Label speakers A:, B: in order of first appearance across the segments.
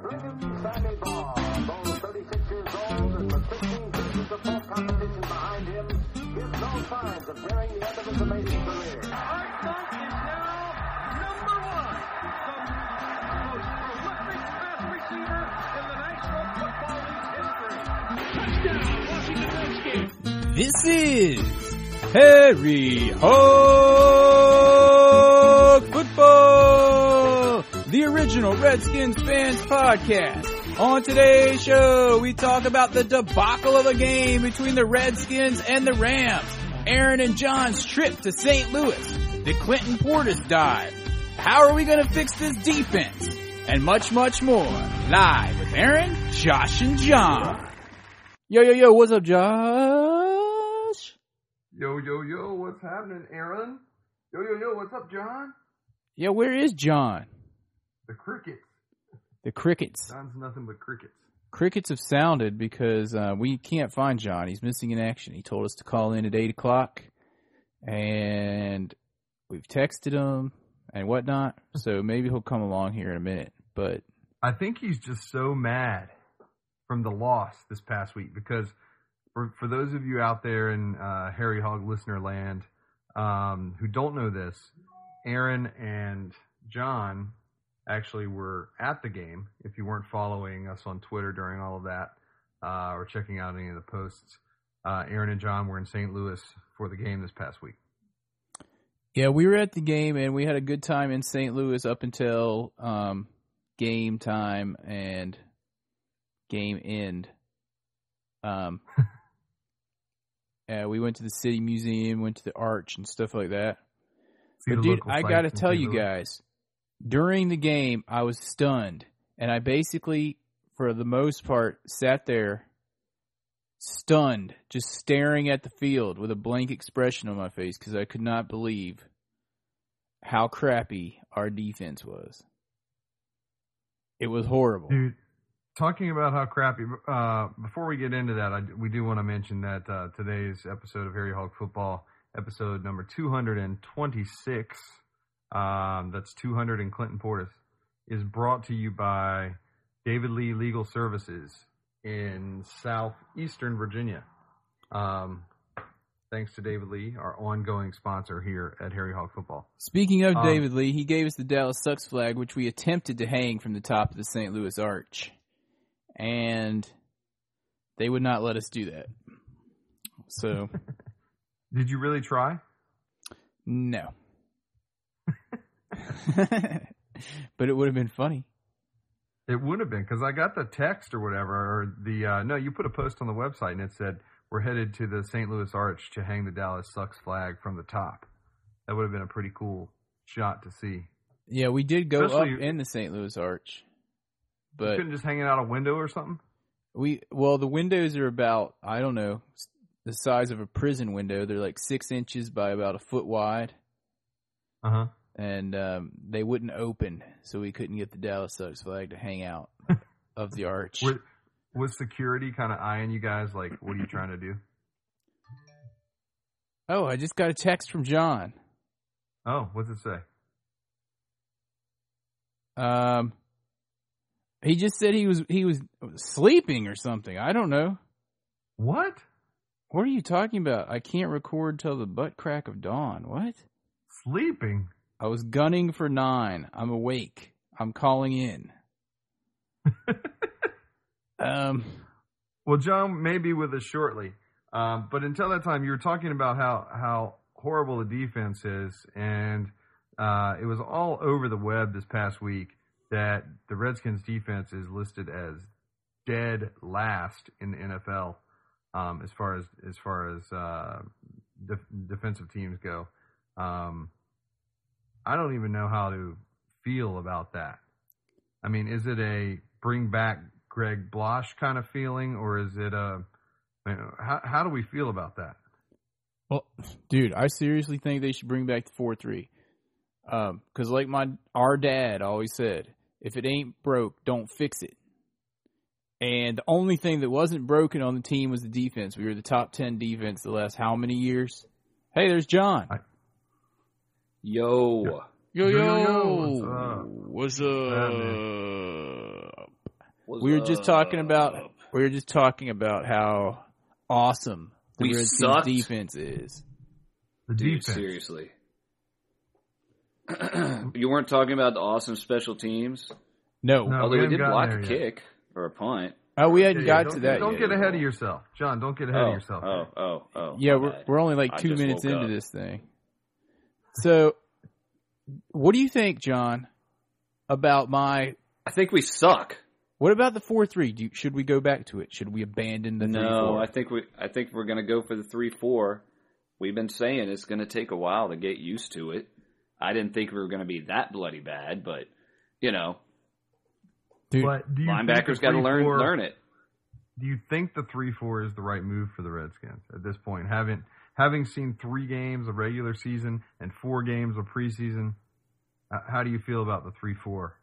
A: William Sandy Baugh, though 36 years old and with 15 seasons of full competition behind him, gives no signs of nearing the end of his amazing career.
B: Hartnunk is now number one, the most prolific fast receiver in the National Football League history. Touchdown, Washington Redskins.
C: This is Harry Hog Football, the original Redskins fans podcast. On today's show, we talk about the debacle of a game between the Redskins and the Rams, Aaron and John's trip to St. Louis, the Clinton Portis dive, how are we going to fix this defense, and much, much more. Live with Aaron, Josh, and John. Yo, yo, yo, what's up, Josh?
D: Yo, yo, yo, what's happening, Aaron? Yo, yo, yo, what's up, John?
C: Yeah, where is John?
D: The crickets.
C: The crickets.
D: John's nothing but crickets.
C: Crickets have sounded because uh, we can't find John. He's missing in action. He told us to call in at 8 o'clock, and we've texted him and whatnot, so maybe he'll come along here in a minute. But
D: I think he's just so mad from the loss this past week because for, for those of you out there in uh, Harry Hog listener land um, who don't know this, Aaron and John actually were at the game. If you weren't following us on Twitter during all of that uh, or checking out any of the posts, uh, Aaron and John were in St. Louis for the game this past week.
C: Yeah, we were at the game and we had a good time in St. Louis up until um, game time and game end. Um, uh, we went to the city museum, went to the arch and stuff like that.
D: See
C: But
D: the
C: dude,
D: local
C: I
D: sights
C: gotta
D: in
C: tell
D: St.
C: you
D: Louis.
C: guys, during the game, I was stunned, and I basically, for the most part, sat there stunned, just staring at the field with a blank expression on my face because I could not believe how crappy our defense was. It was horrible.
D: Dude, talking about how crappy. Uh, before we get into that, I, we do want to mention that uh, today's episode of Harry Hog Football, episode number 226, um, that's 200 in Clinton Portis, is brought to you by David Lee Legal Services in southeastern Virginia. Um, thanks to David Lee, our ongoing sponsor here at Harry Hog Football.
C: Speaking of
D: Um,
C: David Lee, he gave us the Dallas Sucks flag, which we attempted to hang from the top of the St. Louis Arch, and they would not let us do that. So
D: Did you really try?
C: no, but it would have been funny.
D: It would have been because I got the text or whatever, or the uh, no, you put a post on the website and it said we're headed to the St. Louis Arch to hang the Dallas sucks flag from the top. That would have been a pretty cool shot to see.
C: Yeah, we did go
D: Especially-
C: up in the St. Louis Arch,
D: you
C: but
D: couldn't just hang it out a window or something.
C: we well the windows are about I don't know s- the size of a prison window. They're like six inches by about a foot wide.
D: Uh huh.
C: and um, they wouldn't open, so we couldn't get the Dallas Sucks flag to hang out of the arch.
D: Were, was security kind of eyeing you guys? Like, what are you trying to do?
C: oh, I just got a text from John.
D: Oh, what's it say?
C: Um, he just said he was he was sleeping or something. I don't know.
D: What?
C: What are you talking about? I can't record till the butt crack of dawn. What?
D: Sleeping?
C: I was gunning for nine. I'm awake. I'm calling in. um,
D: Well, John may be with us shortly. Um, but until that time, you were talking about how, how horrible the defense is. And uh, it was all over the web this past week that the Redskins defense is listed as dead last in the NFL um, as far as as far as uh, def- defensive teams go. Um, I don't even know how to feel about that. I mean, is it a bring back Greg Blosh kind of feeling, or is it a I mean, how how do we feel about that?
C: Well, dude, I seriously think they should bring back the four three, because like my our dad always said, if it ain't broke, don't fix it. And the only thing that wasn't broken on the team was the defense. We were the top ten defense the last how many years? Hey, there's John.
D: Hi.
E: Yo.
C: Yo
D: Yo, yo, yo, what's up?
C: what's up?
D: What's
E: What's
C: We were just
E: up?
C: talking about we were just talking about how awesome the
E: We
C: Redskins
E: sucked.
C: defense is.
D: The
E: Dude,
D: defense.
E: seriously. you weren't talking about the awesome special teams,
C: No,
D: No.
E: although
D: Oh, we
E: we,
D: haven't
E: did
D: gotten
E: block a
D: there yet.
E: kick or a punt.
C: oh, we
D: Yeah,
C: hadn't
D: yeah,
C: got
D: don't
C: to
D: get-
C: that.
D: Don't
C: yet.
D: get ahead of yourself, John. Don't get ahead
E: oh,
D: of yourself.
E: oh, oh, oh.
C: Yeah,
E: my
C: we're
E: bad.
C: we're only like
E: I
C: two
E: just
C: minutes
E: woke
C: into
E: up.
C: this thing. So, what do you think, John, about my?
E: I think we suck.
C: What about the four three? Do you, should we go back to it? Should we abandon the three
E: No,
C: four?
E: I think we I think we're gonna go for the three four. We've been saying it's gonna take a while to get used to it. I didn't think we were gonna be that bloody bad, but you know,
C: Dude,
D: But do you think
E: linebackers
D: the
E: gotta learn
D: 3-4
E: learn it.
D: Do you think the three four is the right move for the Redskins at this point? Having having seen three games of regular season and four games of preseason, uh, how do you feel about the three four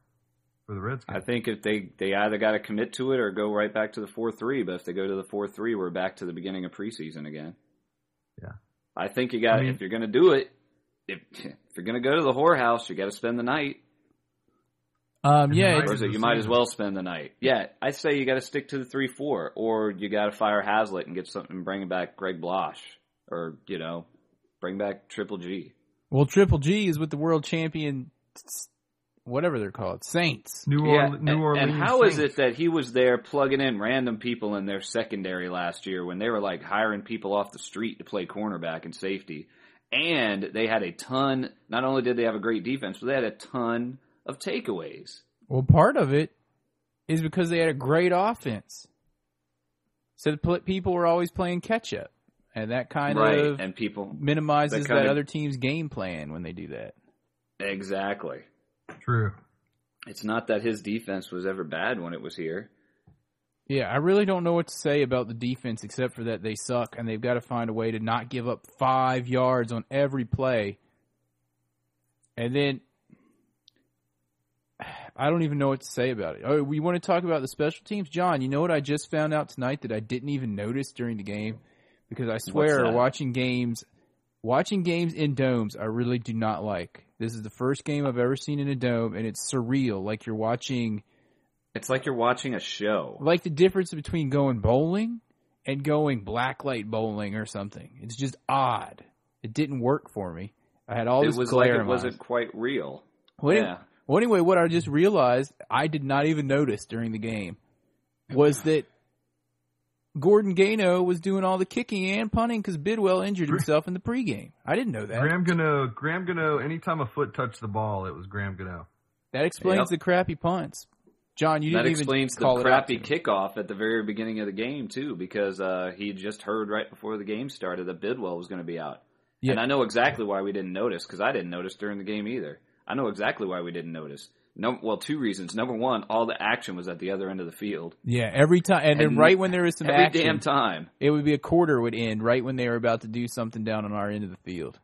D: for the Redskins?
E: I think if they they either got to commit to it or go right back to the four three. But if they go to the four three, we're back to the beginning of preseason again.
D: Yeah.
E: I think you got
D: I mean-
E: if you're gonna do it, if if you're gonna go to the whorehouse, you got to spend the night.
C: um,
D: And
C: yeah,
D: the
E: Or is it
D: the
E: you might
D: same.
E: as well spend the night? Yeah, I say you got to stick to the three four, or you got to fire Hazlitt and get something, and bring back Greg Blosh, or you know, bring back Triple G.
C: Well, Triple G is with the world champion, whatever they're called, Saints.
D: New,
E: yeah,
D: Orle- New
E: and,
D: Orleans.
E: and how is
D: Saints.
E: it that he was there plugging in random people in their secondary last year when they were like hiring people off the street to play cornerback and safety? And they had a ton. Not only did they have a great defense, but they had a ton of takeaways.
C: Well, part of it is because they had a great offense, so the pl- people were always playing catch up, and that kind
E: right,
C: of
E: and people
C: minimizes
E: that
C: that,
E: kind of-
C: other team's game plan when they do that.
E: exactly.
D: True.
E: It's not that his defense was ever bad when it was here.
C: Yeah, I really don't know what to say about the defense except for that they suck and they've got to find a way to not give up five yards on every play. And then I don't even know what to say about it. Oh, we want to talk about the special teams, John. You know what I just found out tonight that I didn't even notice during the game because I swear
E: that?
C: watching games, watching games in domes, I really do not like. This is the first game I've ever seen in a dome, and it's surreal. Like you're watching
E: It's like you're watching a show.
C: like the difference between going bowling and going blacklight bowling or something. It's just odd. It didn't work for me. I had all
E: It
C: this
E: was like
C: glare
E: it
C: in my
E: wasn't
C: eyes.
E: quite real.
C: Well, any-
E: yeah.
C: well, anyway, what I just realized I did not even notice during the game was that Gordon Gano was doing all the kicking and punting because Bidwell injured himself in the pregame. I didn't know that.
D: Graham Gano. Graham Gano. Anytime a foot touched the ball, it was Graham Gano.
C: that explains
E: Yep.
C: the crappy punts. John, you
E: that
C: didn't even
E: explains the
C: call it out to
E: crappy
C: me.
E: kickoff at the very beginning of the game too, because uh, he just heard right before the game started that Bidwell was going to be out.
C: Yeah.
E: And I know exactly why we didn't notice because I didn't notice during the game either. I know exactly why we didn't notice. No, well, two reasons. Number one, all the action was at the other end of the field.
C: Yeah, every time, and, then
E: And
C: right when there was some
E: Every
C: action,
E: damn time.
C: it would be a quarter would end right when they were about to do something down on our end of the field.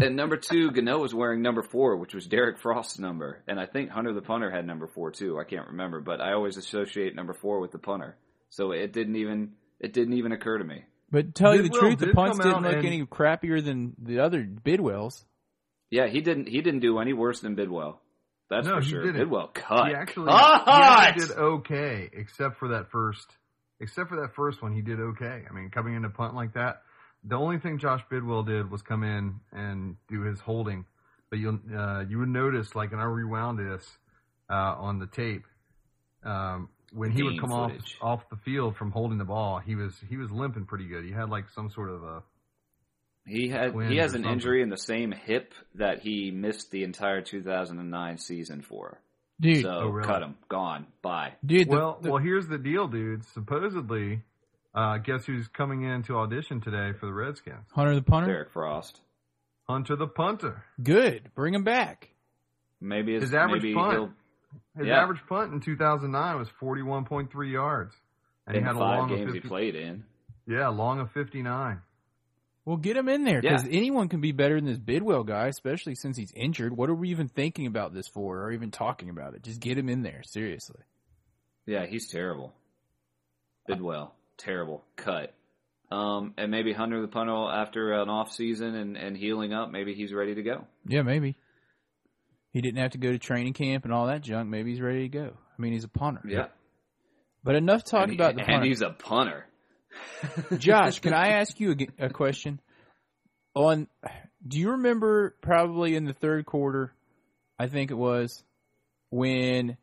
E: and number two, Gano was wearing number four, which was Derek Frost's number, and I think Hunter the punter had number four too. I can't remember, but I always associate number four with the punter, so it didn't even it didn't even occur to me.
C: But to tell you the
D: Bidwell
C: truth, the
D: did
C: punts
D: come
C: didn't
D: out
C: look
D: and-
C: any crappier than the other Bidwells.
E: Yeah, he didn't he didn't do any worse than Bidwell. That's
D: No,
E: for
D: he
E: sure.
D: didn't.
E: Bidwell cut.
D: He actually, he
E: cut!
D: actually did okay, except for that first, except for that first one, he did okay. I mean, coming into punt like that, the only thing Josh Bidwell did was come in and do his holding. But you'll, uh, you would notice, like, and I rewound this uh, on the tape um, when he would
E: Game
D: come
E: footage.
D: off off the field from holding the ball. He was he was limping pretty good. He had like some sort of a
E: He had
D: Twins
E: he has
D: or
E: an
D: something.
E: injury in the same hip that he missed the entire 2009 season for.
C: Dude,
E: so
D: Oh, really?
E: cut him, gone, bye.
C: dude, the,
D: well,
C: the-
D: well, here's the deal, dude. Supposedly, uh, guess who's coming in to audition today for the Redskins?
C: Hunter the punter,
E: Derek Frost.
D: Hunter the punter.
C: good, bring him back.
E: Maybe it's,
D: His average
E: maybe
D: punt
E: he'll
D: His
E: Yeah.
D: average punt in 2009 was 41.3 yards, and
E: in
D: he
E: the
D: had a
E: five
D: long of
E: games
D: 50,
E: he played in.
D: yeah, a long of 59.
C: Well, get him in there
E: Yeah.
C: because anyone can be better than this Bidwell guy, especially since he's injured. What are we even thinking about this for, or even talking about it? Just get him in there, seriously.
E: Yeah, he's terrible.
D: Uh.
E: Bidwell, terrible. Cut. Um, and maybe Hunter the punter after an off season and, and healing up, maybe he's ready to go.
C: Yeah, maybe. He didn't have to go to training camp and all that junk. Maybe he's ready to go. I mean, he's a punter.
E: Yeah.
C: But enough talk
E: and, he-
C: about the
E: and
C: punter.
E: he's a punter.
C: Josh, can I ask you a g- a, question? On, do you remember probably in the third quarter, I think it was, when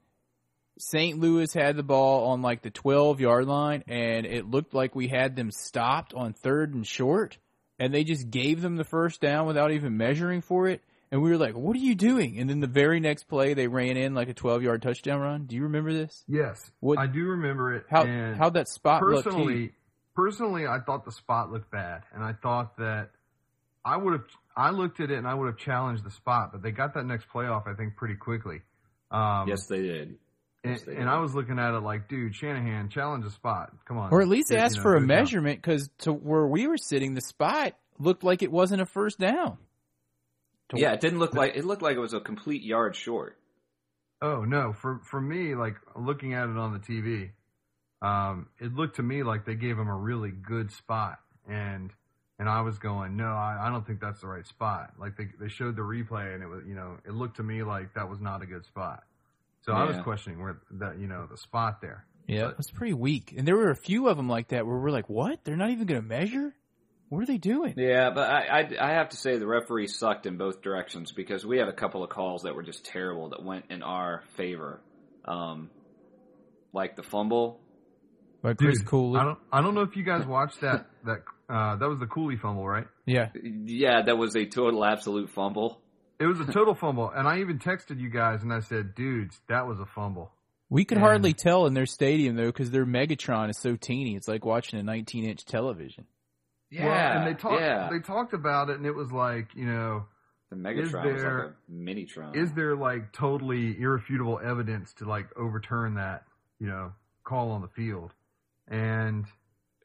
C: St. Louis had the ball on like the 12 yard line and it looked like we had them stopped on third and short and they just gave them the first down without even measuring for it? And we were like, what are you doing? And then the very next play, they ran in like a 12 yard touchdown run. Do you remember this?
D: Yes,
C: What-
D: I do remember it.
C: How,
D: and
C: how'd that spot look to you?
D: personally, personally, I thought the spot looked bad, and I thought that I would have. I looked at it and I would have challenged the spot, but they got that next playoff, I think, pretty quickly. Um,
E: yes, they did.
D: and,
E: yes, they
D: and
E: did.
D: I was looking at it like, dude, Shanahan, challenge the spot. Come on,
C: or at least
D: You
C: ask
D: know,
C: for a
D: do it now.
C: measurement because to where we were sitting, the spot looked like it wasn't a first down. To-
E: Yeah, it didn't look like it looked like it was a complete yard short.
D: Oh no, for for me, like looking at it on the TV, um, it looked to me like they gave him a really good spot, and and I was going, no, I, I don't think that's the right spot. Like they they showed the replay, and it was you know it looked to me like that was not a good spot. So I was
E: Yeah.
D: questioning where that you know the spot there.
C: yeah, it was pretty weak, and there were a few of them like that where we're like, "What? They're not even going to measure? What are they doing?"
E: Yeah, but I, I I have to say the referee sucked in both directions because we had a couple of calls that were just terrible that went in our favor, um, like the fumble.
C: Like Chris Cooley,
D: I don't I don't know if you guys watched that that uh, that was the Cooley fumble, right?
C: yeah,
E: Yeah, that was a total absolute fumble.
D: It was a total fumble, and I even texted you guys and I said, dudes, that was a fumble.
C: we could
D: Yeah.
C: hardly tell in their stadium though because their Megatron is so teeny. It's like watching a 19 inch television.
E: Yeah,
D: well, and they talked
E: yeah.
D: they talked about it, and it was like you know.
E: the Megatron
D: is
E: was
D: there-
E: like a Minitron.
D: is there like totally irrefutable evidence to like overturn that you know call on the field and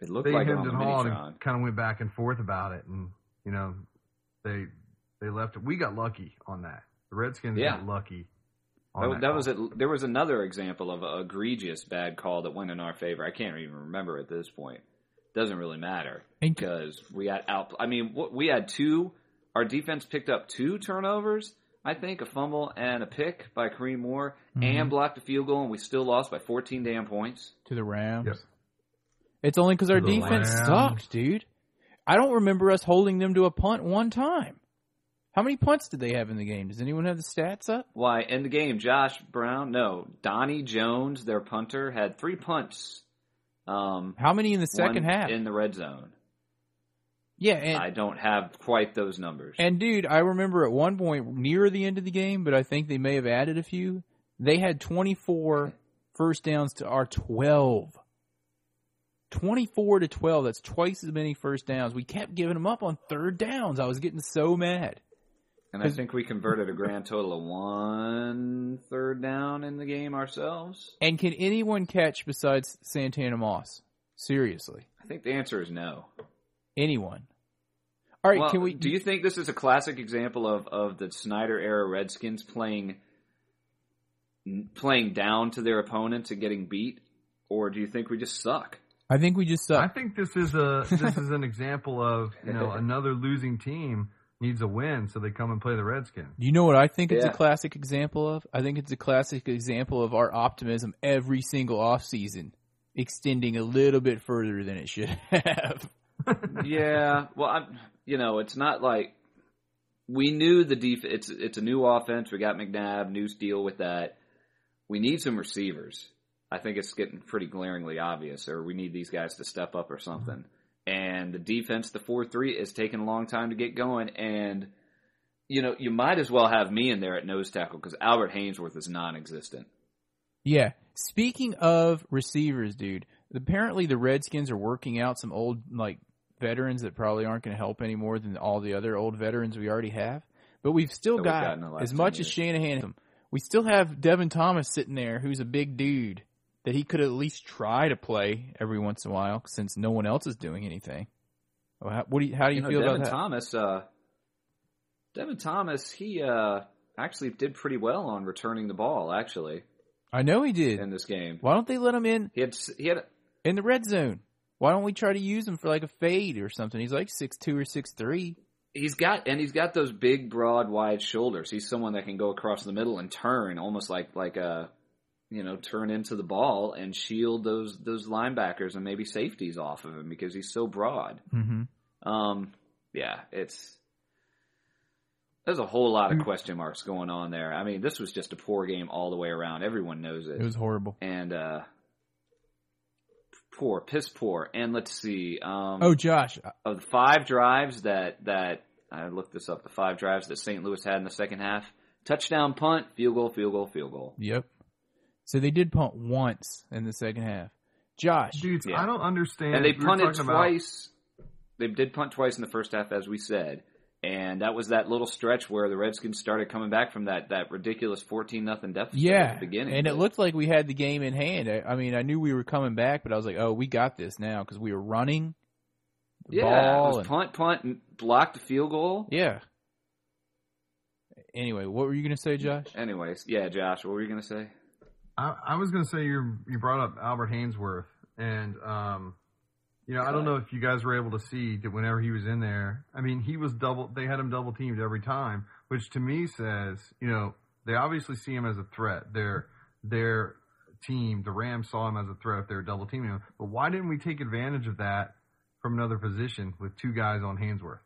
E: it looked
D: they
E: like it
D: hemmed
E: on the
D: and hawed
E: Minitron.
D: and kind of went back and forth about it and you know they they left it we got lucky on that the redskins
E: Yeah.
D: got lucky on
E: That, that was
D: call.
E: a, there was another example of an egregious bad call that went in our favor. I can't even remember at this point. Doesn't really matter
C: And-
E: because we had out. I mean, what- we had two. Our defense picked up two turnovers. I think a fumble and a pick by Kareem Moore, and blocked a field goal, and we still lost by 14 damn points.
C: to the Rams.
D: Yep.
C: It's only because our
D: To the
C: defense
D: Rams.
C: sucks, dude. I don't remember us holding them to a punt one time. How many punts did they have in the game? Does anyone have the stats up?
E: Why in the game, Josh Brown? No, Donnie Jones, their punter, had three punts. Um,
C: How many in the second
E: one
C: half?
E: in the red zone.
C: yeah, and,
E: I don't have quite those numbers.
C: and dude, I remember at one point near the end of the game, but I think they may have added a few. They had 24 first downs to our 12. 24 to 12, that's twice as many first downs. We kept giving them up on third downs. I was getting so mad.
E: And I think we converted a grand total of one third down in the game ourselves.
C: And can anyone catch besides Santana Moss? Seriously.
E: I think the answer is no.
C: Anyone. All right,
E: well,
C: can we
E: do you think this is a classic example of, of the Snyder era Redskins playing playing down to their opponents and getting beat, or do you think we just suck?
C: I think we just uh,
D: i
C: suck.
D: think this is a this is an example of you know another losing team needs a win so they come and play the redskins
C: You know what I think it's a
E: Yeah.
C: classic example of? I think it's a classic example of our optimism every single offseason extending a little bit further than it should have.
E: yeah, well, I'm, you know, it's not like we knew the def. It's it's a new offense. We got McNabb. New deal with that. We need some receivers. I think it's getting pretty glaringly obvious, or we need these guys to step up or something. And the defense, the four three, is taking a long time to get going. And you know, you might as well have me in there at nose tackle because Albert Hainsworth is non-existent.
C: Yeah. Speaking of receivers, dude, apparently the Redskins are working out some old like veterans that probably aren't going to help any more than all the other old veterans we already have. But we've still
E: That we've
C: got
E: gotten the last
C: as
E: 10
C: much as
E: years.
C: Shanahan. We still have Devin Thomas sitting there, who's a big dude that he could at least try to play every once in a while, since no one else is doing anything. Well, How, what do you, how do you,
E: know,
C: feel
E: Devin
C: about that?
E: Thomas, uh, Devin Thomas, he uh, actually did pretty well on returning the ball. Actually,
C: I know he did.
E: in this game,
C: Why don't they let him in
E: he had s- he had
C: in the red zone? Why don't we try to use him for like a fade or something? He's like six two or six three.
E: he's got and he's got those big, broad, wide shoulders. He's someone that can go across the middle and turn almost like like a you know, turn into the ball and shield those those linebackers and maybe safeties off of him because he's so broad.
C: Mm-hmm.
E: Um, yeah, it's there's a whole
C: Hmm.
E: lot of question marks going on there. I mean, this was just a poor game all the way around. Everyone knows it,
C: It was horrible.
E: and uh, poor, piss poor. And let's see. Um,
C: Oh, Josh,
E: of the five drives that that I looked this up, the five drives that St. Louis had in the second half: touchdown, punt, field goal, field goal, field goal.
C: Yep. So they did punt once in the second half. Josh,
D: Dudes,
E: Yeah.
D: I don't understand.
E: And they
D: We were
E: punted
D: talking about-
E: twice. They did punt twice in the first half, as we said, and that was that little stretch where the Redskins started coming back from that that ridiculous fourteen nothing deficit
C: yeah,
E: at the beginning.
C: and it looked like we had the game in hand. I, I mean, I knew we were coming back, but I was like, oh, we got this now because we were running the
E: yeah,
C: ball.
E: it was
C: and-
E: punt, punt, and blocked the field goal.
C: yeah. Anyway, what were you going to say, Josh?
E: Anyways, yeah, Josh, what were you gonna say?
D: I, I was going to say you you brought up Albert Hainsworth, and um, you know I don't know if you guys were able to see that whenever he was in there. I mean, he was double. They had him double teamed every time, which to me says you know they obviously see him as a threat. Their their team, the Rams, saw him as a threat if they were double teaming him. But why didn't we take advantage of that from another position with two guys on Hainsworth?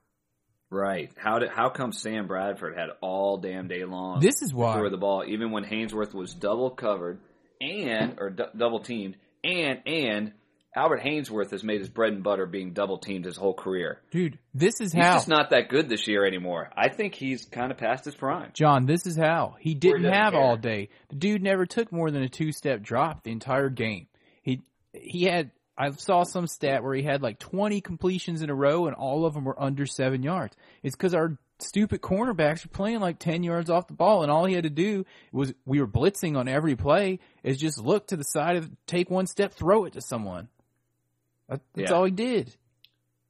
E: Right. How did how come Sam Bradford had all damn day long?
C: This is
E: throw
C: why.
E: the ball, even when Hainsworth was double covered and or d- double teamed, and and Albert Hainsworth has made his bread and butter being double teamed his whole career.
C: Dude, this is
E: He's
C: how.
E: just not that good this year anymore. I think he's kind of past his prime.
C: John, this is how. He didn't
E: doesn't
C: have
E: care.
C: all day. The dude never took more than a two step drop the entire game. He he had I saw some stat where he had like twenty completions in a row and all of them were under seven yards. It's because our stupid cornerbacks are playing like ten yards off the ball and all he had to do was we were blitzing on every play is just look to the side of take one step, throw it to someone. That- That's
E: Yeah.
C: all he did.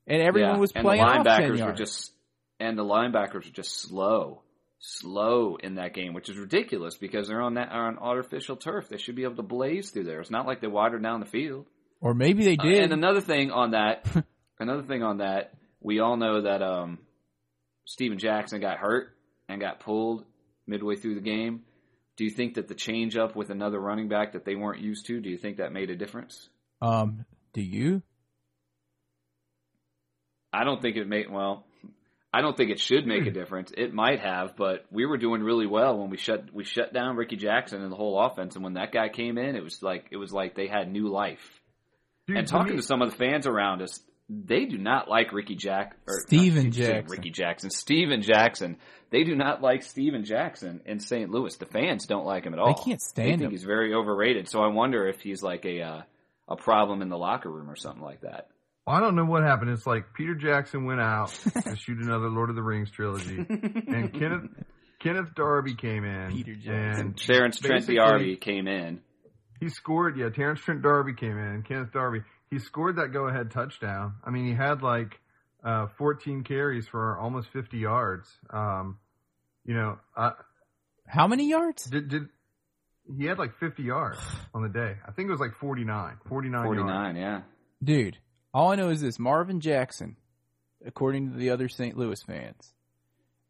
C: And everyone
E: Yeah.
C: was
E: and
C: playing
E: the
C: off ten
E: linebackers
C: yards.
E: were just and the linebackers were just slow, slow in that game, which is ridiculous because they're on that are on artificial turf. They should be able to blaze through there. It's not like they watered down the field.
C: or maybe they
E: Uh,
C: did.
E: and another thing on that, another thing on that, we all know that um, Steven Jackson got hurt and got pulled midway through the game. Do you think that the change up with another running back that they weren't used to, do you think that made a difference?
C: um do you?
E: I don't think it made well. I don't think it should make a difference. It might have, but we were doing really well when we shut we shut down Ricky Jackson and the whole offense. And when that guy came in, it was like it was like they had new life.
D: Dude,
E: and
D: to
E: talking
D: me-
E: to some of the fans around us, they do not like Ricky Jack or not
C: Steven
E: Steve- sorry,
C: Jackson.
E: Ricky Jackson, Steven Jackson. They do not like Steven Jackson in St. Louis. The fans don't like him at all.
C: can't stand
E: Oh, They think
C: him.
E: he's very overrated. So I wonder if he's like a uh, a problem in the locker room or something like that.
D: I don't know what happened. It's like Peter Jackson went out to shoot another Lord of the Rings trilogy, and Kenneth Kenneth Darby came in.
C: Peter Jackson.
D: and
E: Terrence Trent
D: basically,
E: D'Arby came in.
D: He scored. Yeah, Terrence Trent Darby came in. Kenneth Darby. He scored that go-ahead touchdown. I mean, he had like uh, 14 carries for almost 50 yards. Um, you know, I,
C: How many yards?
D: did did he had like 50 yards on the day? I think it was like 49, 49,
E: Forty
D: yards.
E: nine, yeah.
C: Dude, all I know is this Marvin Jackson, according to the other St. Louis fans,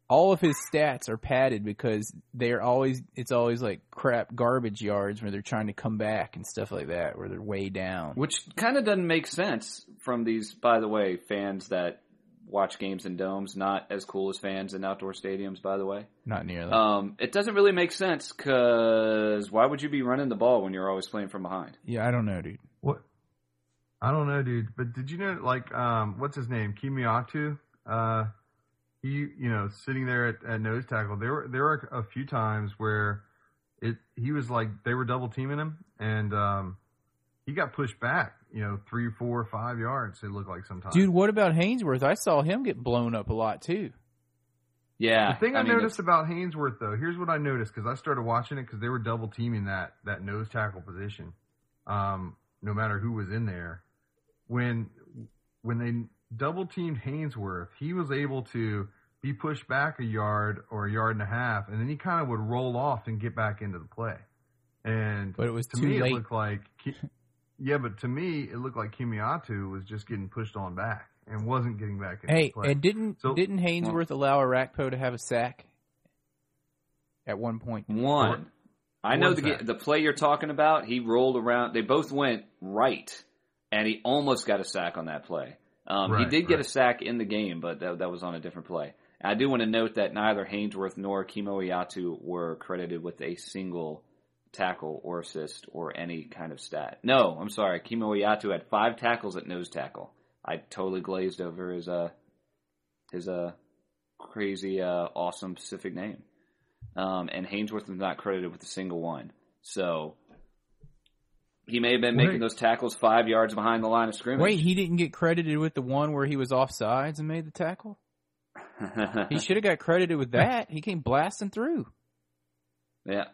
C: all of his stats are padded because they're always, it's always like crap garbage yards where they're trying to come back and stuff like that, where they're way down.
E: Which kind of doesn't make sense from these, by the way, fans that watch games in domes, not as cool as fans in outdoor stadiums, by the way.
C: Not nearly.
E: Um, it doesn't really make sense because why would you be running the ball when you're always playing from behind?
C: yeah, I don't know, dude.
D: What? I don't know, dude. But did you know, like, um, what's his name, Kimiatu? Uh, he, you know, sitting there at, at nose tackle. There were there were a few times where it he was like they were double teaming him, and um, he got pushed back. You know, three, four, five yards. It looked like sometimes.
C: Dude, what about Hainsworth? I saw him get blown up a lot too.
E: Yeah,
D: the thing I,
E: mean,
D: noticed
E: it's-
D: about Hainsworth though, here's what I noticed because I started watching it because they were double teaming that that nose tackle position, um, no matter who was in there. When when they double teamed Hainsworth, he was able to be pushed back a yard or a yard and a half, and then he kind of would roll off and get back into the play. And
C: But it was
D: to
C: too
D: me,
C: late.
D: it looked like Ki- yeah, but to me, it looked like Kimiatu was just getting pushed on back and wasn't getting back into the
C: Hey,
D: play.
C: and didn't
D: So-
C: didn't Hainsworth allow Arakpo to have a sack at one point?
E: one. I know
D: was
E: the
D: that?
E: the play you're talking about. He rolled around. They both went right, and he almost got a sack on that play. Um, he
D: Right,
E: did get
D: right.
E: a sack in the game, but that, that was on a different play. I do want to note that neither Hainsworth nor Kimo Iatu were credited with a single tackle or assist or any kind of stat. No, I'm sorry. Kimo Iatu had five tackles at nose tackle. I totally glazed over his uh his uh crazy uh awesome Pacific name. Um, and Hainsworth was not credited with a single one. So he may have been making
D: Wait.
E: those tackles five yards behind the line of scrimmage.
C: Wait, he didn't get credited with the one where he was off sides and made the tackle? He should have got credited with that. He came blasting through.
E: yeah.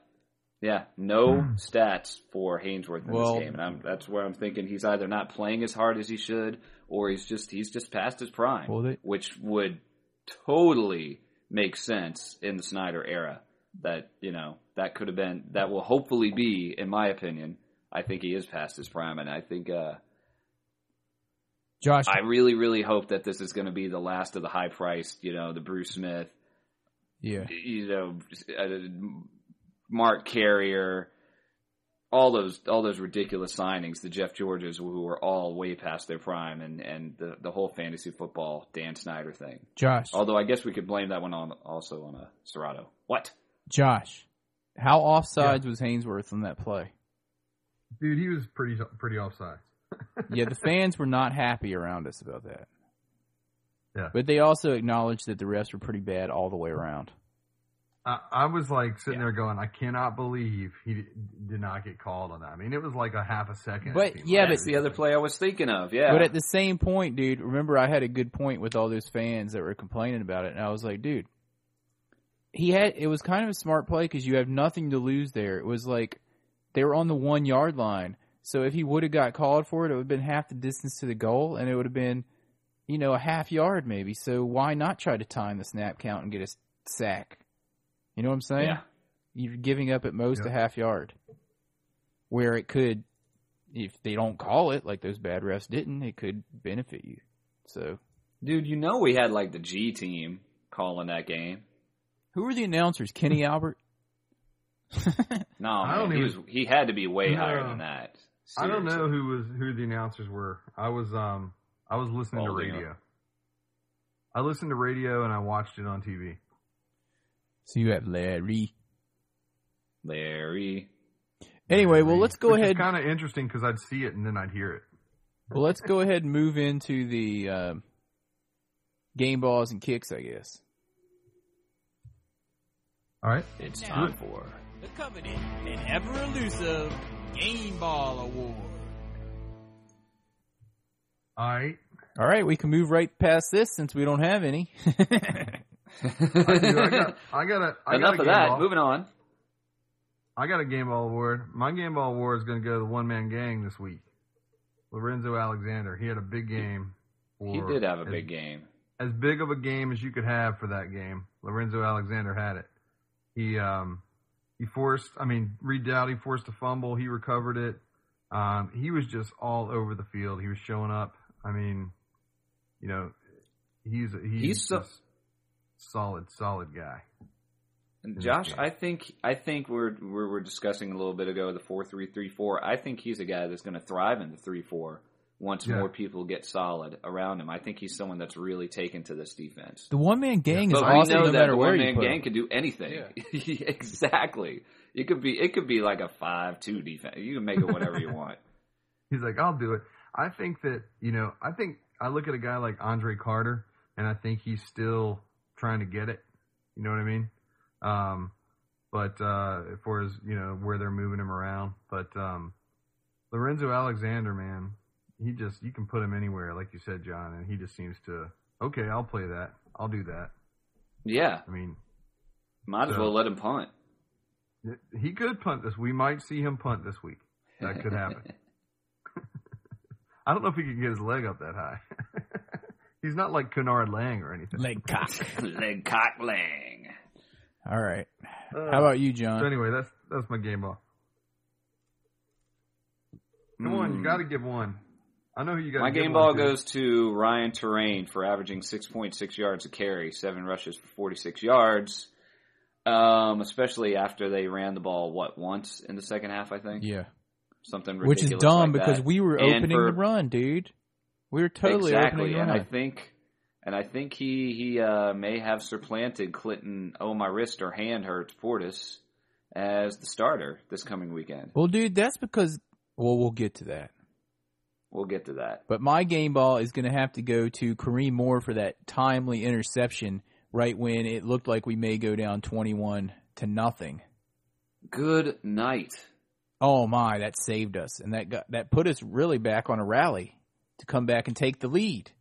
E: Yeah, no stats for Hainsworth in
C: Hmm. Well-
E: this game, and I'm, that's where I'm thinking he's either not playing as hard as he should, or he's just he's just past his prime,
C: Well, they-
E: which would totally make sense in the Snyder era. That you know that could have been that will hopefully be, in my opinion, I think he is past his prime, and I think uh,
C: Josh,
E: I really, really hope that this is going to be the last of the high priced, you know, the Bruce Smith,
C: yeah.
E: you know, uh, Mark Carrier, all those, all those ridiculous signings, the Jeff Georges who were all way past their prime and, and the, the whole fantasy football Dan Snyder thing.
C: Josh,
E: Although I guess we could blame that one on also on a Serato. What?
C: Josh, how offsides was Hainsworth on that play?
D: Dude, he was pretty pretty offside.
C: yeah, the fans were not happy around us about that.
D: Yeah.
C: But they also acknowledged that the refs were pretty bad all the way around.
D: I, I was like sitting there going, I cannot believe he d- did not get called on that. I mean, it was like a half a second. it
C: But,
D: seemed
C: yeah,
D: like.
C: but-
E: That's the other play I was thinking of. Yeah.
C: But at the same point, dude, remember I had a good point with all those fans that were complaining about it, and I was like, dude, he had it was kind of a smart play because you have nothing to lose there. It was like they were on the one yard line, so if he would have got called for it, it would have been half the distance to the goal, and it would have been, you know, a half yard maybe. So why not try to time the snap count and get a s- sack? You know what I'm saying?
E: yeah.
C: you're giving up at most
D: Yeah.
C: a half yard where it could if they don't call it like those bad refs didn't it could benefit you so
E: Dude, you know, we had like the G team calling that game.
C: who were the announcers kenny albert
E: No,
D: I don't
E: man, he was
D: even-
E: he had to be way
D: No.
E: higher than that.
D: I don't
E: Seriously.
D: know who was who the announcers were. I was um I was listening to
E: Balding
D: radio. I listened to radio and I watched it on TV.
C: so you have larry
E: Larry.
C: anyway well let's go ahead
D: Kind of interesting because I'd see it and then I'd hear it.
C: well let's go ahead and move into the um, game balls and kicks i guess
D: All right.
E: It's
C: Now.
E: time for
C: the coveted and ever elusive game ball award
D: All right.
C: all right we can move right past this since we don't have any
D: I, do. I got I got a I got a
E: enough
D: game
E: of that.
D: ball.
E: Moving on.
D: I got a game ball award. My game ball award is going to go to the one man gang this week. Lorenzo Alexander. He had a big game.
E: He
D: for-
E: did have a
D: as-
E: big game.
D: as big of a game as you could have for that game. Lorenzo Alexander had it. He um he forced, I mean, Reed Dowdy forced a fumble. He recovered it. Um, he was just all over the field. He was showing up. I mean, you know, he's he's,
E: He's so-
D: just solid, solid guy.
E: And
D: this
E: Josh,
D: game.
E: I think I think we're we're, we're discussing a little bit ago the four three three four. I think he's a guy that's going to thrive in the three four once
D: Yeah.
E: more people get solid around him. I think he's someone that's really taken to this defense.
C: the one-man gang is
E: But we
C: awesome
E: know
C: no
E: that
C: matter
E: the
C: where
E: one
C: you
E: man
C: put 'em.
E: gang could do anything. exactly. It could be it could be like a five two defense. You can make it whatever you want.
D: He's like, I'll do it. I think that you know, I think I look at a guy like Andre Carter, and I think he's still trying to get it. You know what I mean? Um, but uh, as far as you know, where they're moving him around, but um, Lorenzo Alexander, man, he just you can put him anywhere, like you said, John, and he just seems to okay. I'll play that. I'll do that.
E: Yeah,
D: I mean,
E: might as
D: So-
E: well let him punt.
D: he could punt this. We might see him punt this week. That could happen. I don't know if he can get his leg up that high. He's not like Kennard Lang or anything.
C: leg cock.
E: Leg cock lang.
C: All right.
D: Uh,
C: How about you,
D: So
C: John?
D: anyway, that's that's my game ball. Come on, you got to give one. I know who you got.
E: Mm. My game ball goes to Ryan Terrain for averaging 6.6 yards a carry, seven rushes for 46 yards. Um, especially after they ran the ball what once in the second half, I think
C: Yeah.
E: something
C: Which is
E: ridiculous
C: dumb
E: like
C: because
E: that.
C: we were
E: And
C: opening
E: for-
C: the run, dude. We were totally
E: exactly,
C: opening the
E: and I
C: run.
E: think and I think he he uh, may have supplanted Clinton. Oh, my wrist or hand hurts, Fortis as the starter this coming weekend.
C: Well, dude, that's because well, we'll get to that.
E: We'll get to that.
C: But my game ball is going to have to go to Kareem Moore for that timely interception right when it looked like we may go down 21 to nothing.
E: Good night.
C: Oh my, that saved us and that got that put us really back on a rally to come back and take the lead.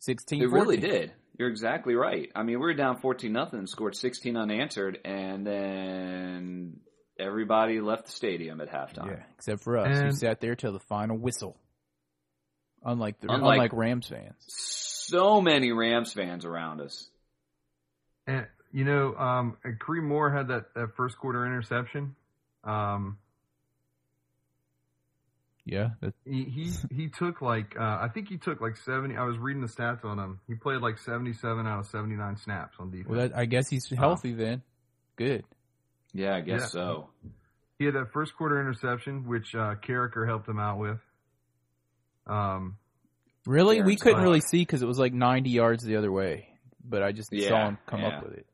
C: 16
E: It really did. You're exactly right. I mean, we were down fourteen nothing, and scored sixteen unanswered, and then everybody left the stadium at halftime.
C: Yeah, except for us who
D: And-
C: sat there till the final whistle. Unlike the
E: Unlike-
C: unlike Rams fans.
E: So many Rams fans around us.
D: And you know, um, Kareem Moore had that, that first quarter interception. Um,
C: Yeah,
D: he he, he took like uh, I think he took like seventy. I was reading the stats on him. He played like seventy-seven out of seventy-nine snaps on defense.
C: well that, I guess he's healthy then. Good.
E: Yeah, I guess
D: Yeah.
E: so.
D: he had that first quarter interception, which uh, Carricker helped him out with. Um,
C: Really? we
E: Aaron's
C: couldn't
E: fine.
C: really see because it was like 90 yards the other way, but I just
E: Yeah,
C: saw him come
E: yeah.
C: up with it.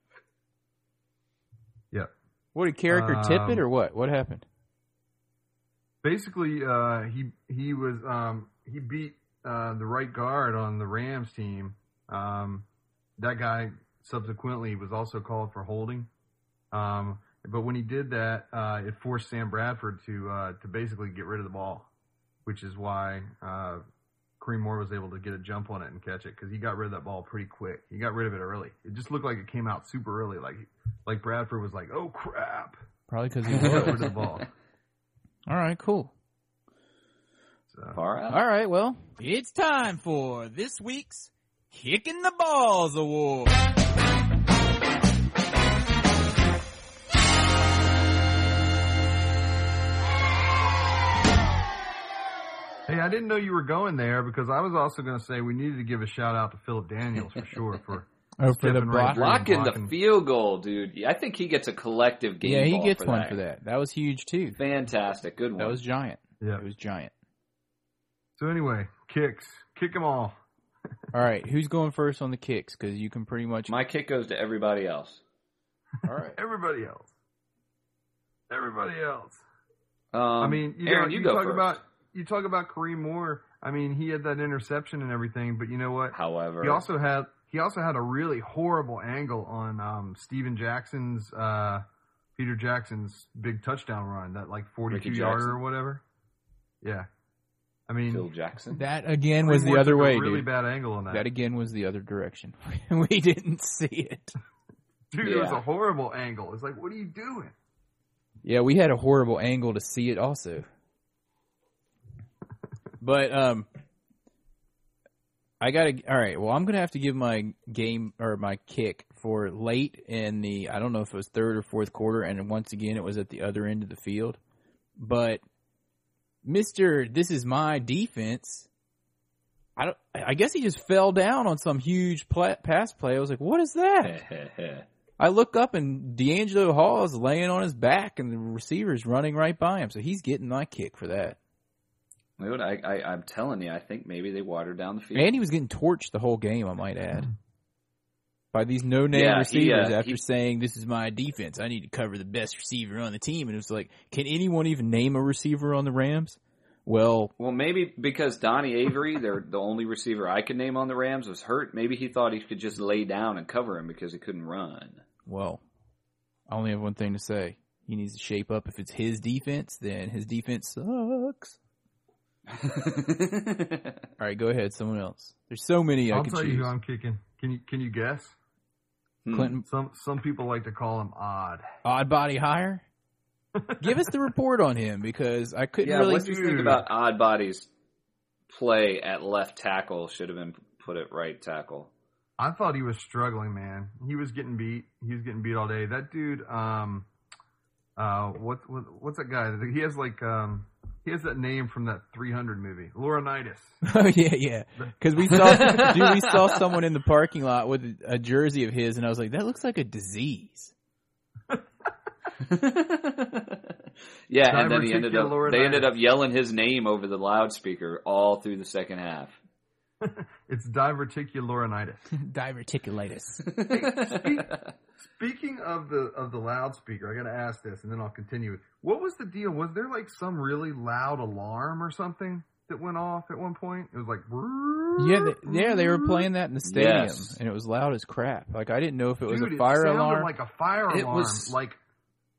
D: Yeah.
C: What did character tip it
D: Um,
C: or what? What happened?
D: basically, uh, he he was um, he beat uh, the right guard on the Rams team. Um, that guy subsequently was also called for holding. Um, but when he did that, uh, it forced Sam Bradford to uh, to basically get rid of the ball, which is why uh, Kareem Moore was able to get a jump on it and catch it because he got rid of that ball pretty quick. He got rid of it early. It just looked like it came out super early, like like Bradford was like, "Oh crap!"
C: Probably because he
D: He got rid
C: was.
D: of the ball.
C: All right, cool.
D: So,
E: Far out.
C: All right, well, it's time for this week's Kicking the Balls Award.
D: hey, I didn't know you were going there because I was also going to say we needed to give a shout out to Philip Daniels for sure for
C: Oh, for the
D: Stepping
C: block.
D: right through.
E: Blocking the
D: Blocking.
E: field goal, dude. Yeah, I think he gets a collective game.
C: Yeah, he
E: ball
C: gets
E: for
C: one
E: that.
C: for that. That was huge too.
E: Fantastic, good one.
C: That was giant.
D: yeah.
C: It was giant.
D: So anyway, kicks, kick them all.
C: All right, who's going first on the kicks? Because you can pretty much.
E: My kick goes to everybody else.
C: All right.
D: Everybody else. Everybody else.
E: Um,
D: I mean, you,
E: Aaron,
D: know,
E: you,
D: you
E: go
D: talk
E: first.
D: about you talk about Kareem Moore. I mean, he had that interception and everything, but you know what?
E: However,
D: He also had he also had a really horrible angle on um, Steven Jackson's uh, Peter Jackson's big touchdown run, that like forty-two
E: Ricky
D: yarder
E: Jackson.
D: or whatever. Yeah, I mean,
E: Phil Jackson.
C: That again
D: Kareem
C: was
D: Moore
C: the other
D: took a
C: way,
D: Really
C: dude.
D: bad angle on that.
C: That again was the other direction. we didn't see it.
D: Dude, it was
E: Yeah.
D: a horrible angle. It's like, what are you doing?
C: Yeah, we had a horrible angle to see it also. But um I got to All right, well I'm going to have to give my game or my kick for late in the I don't know if it was third or fourth quarter and once again it was at the other end of the field. But Mr. This is my defense. I don't I guess he just fell down on some huge pla pass play. I was like, "What is that?" I look up and D'Angelo Hall is laying on his back and the receiver's running right by him. So he's getting my kick for that.
E: Dude, I, I, I'm telling you, I think maybe they watered down the field.
C: And he was getting torched the whole game, I might add. By these no name
E: Yeah, he,
C: receivers
E: uh,
C: after
E: he-
C: saying, This is my defense. I need to cover the best receiver on the team. And it was like, Can anyone even name a receiver on the Rams? Well,
E: well, maybe because Donnie Avery, they're the only receiver I could name on the Rams, was hurt. Maybe he thought he could just lay down and cover him because he couldn't run.
C: well, I only have one thing to say. He needs to shape up. If it's his defense, then his defense sucks.
E: Hmm.
C: All right, go ahead. Someone else. There's so many I
D: I'll
C: could
D: tell
C: choose.
D: you who I'm kicking. Can you can you guess?
C: Clinton
D: Some some people like to call him odd.
C: Odd Body Hire? Give us the report on him because I couldn't
E: yeah,
C: really.
E: what do you think about Oddbody's play at left tackle? Should have been put at right tackle.
D: I thought he was struggling, man. He was getting beat. He was getting beat all day. That dude, um, uh, what, what what's that guy? He has like um, he has that name from that 300 movie, Laurinaitis.
C: oh yeah, yeah. Because we saw, dude, we saw someone in the parking lot with a jersey of his, and I was like, that looks like a disease.
E: yeah, and then he
D: Diverticular
E: ended up they ended up yelling his name over the loudspeaker all through the second half.
D: It's diverticulinitis.
C: Diverticulitis.
D: Speaking of the of the loudspeaker, I got to ask this, and then I'll continue. What was the deal? Was there like some really loud alarm or something that went off at one point? It was like
C: Yeah, they, yeah, they were playing that in the stadium,
E: Yes.
C: and it was loud as crap. Like I didn't know if it was
D: Dude,
C: a fire
D: it sounded
C: alarm.
D: like a fire
E: It
D: alarm.
E: was-
D: Like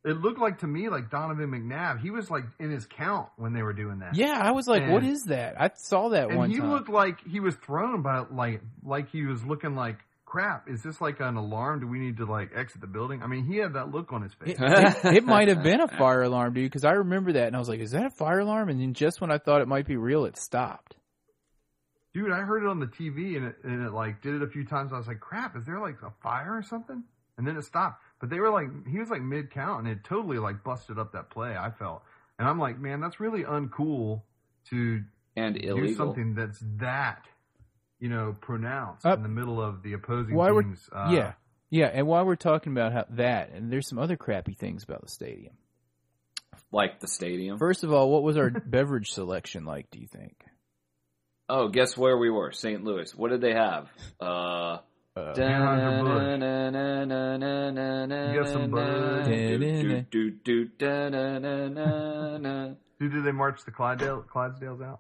D: it looked like to me like Donovan McNabb. He was like in his count when they were doing that.
C: yeah, I was like,
D: And-
C: "What is that?" I saw that
D: and
C: one
D: he
C: time.
D: looked like he was thrown by like like he was looking like crap. Is this like an alarm? Do we need to like exit the building? I mean, he had that look on his face.
C: it, it- it might have been a fire alarm, dude, because I remember that, and I was like, "Is that a fire alarm?" And then just when I thought it might be real, it stopped.
D: Dude, I heard it on the TV and it, and it like did it a few times. I was like, crap, is there like a fire or something? And then it stopped. But they were like, he was like mid count and it totally like busted up that play. I felt, and I'm like, man, that's really uncool to
E: and
D: do
E: illegal.
D: something that's that, you know, pronounced
C: Uh,
D: in the middle of the opposing
C: why would-
D: team's. uh,
C: yeah, yeah. And while we're talking about how, that, and there's some other crappy things about the stadium.
E: Like the stadium.
C: First of all, what was our beverage selection like? Do you think?
E: Oh, guess where we were? St. Louis. What did they have? Uh
C: Uh,
D: You got some Bud.
E: Do, do, do, da, na, na, na, na.
D: Dude, did they march the Clydesdale, Clydesdales out?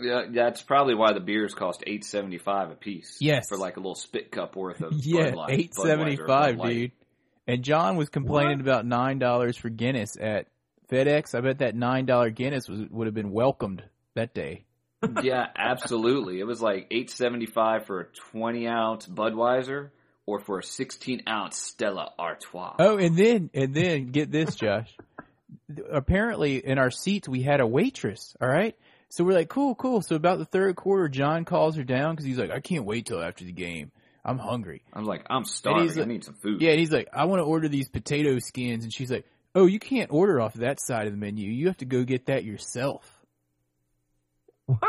E: Yeah, that's probably why the beers cost eight seventy five a piece.
C: Yes.
E: for like a little spit cup worth of
C: yeah,
E: Bud Light,
C: eight seventy
E: Budweiser, Bud
C: five,
E: Light.
C: dude. And John was complaining about nine dollars for Guinness at FedEx. I bet that nine dollar Guinness was, would have been welcomed that day.
E: yeah, absolutely. It was like eight seventy five for a twenty ounce Budweiser or for a sixteen ounce Stella Artois.
C: Oh, and then and then get this, Josh. Apparently, in our seats we had a waitress. All right, so we're like, cool, cool. So about the third quarter, John calls her down because he's like, I can't wait till after the game. I'm hungry.
E: I'm like, I'm
C: And he's
E: starving. I
C: like-
E: need some food.
C: Yeah, and he's like, I want to order these potato skins, and she's like, Oh, you can't order off that side of the menu. You have to go get that yourself.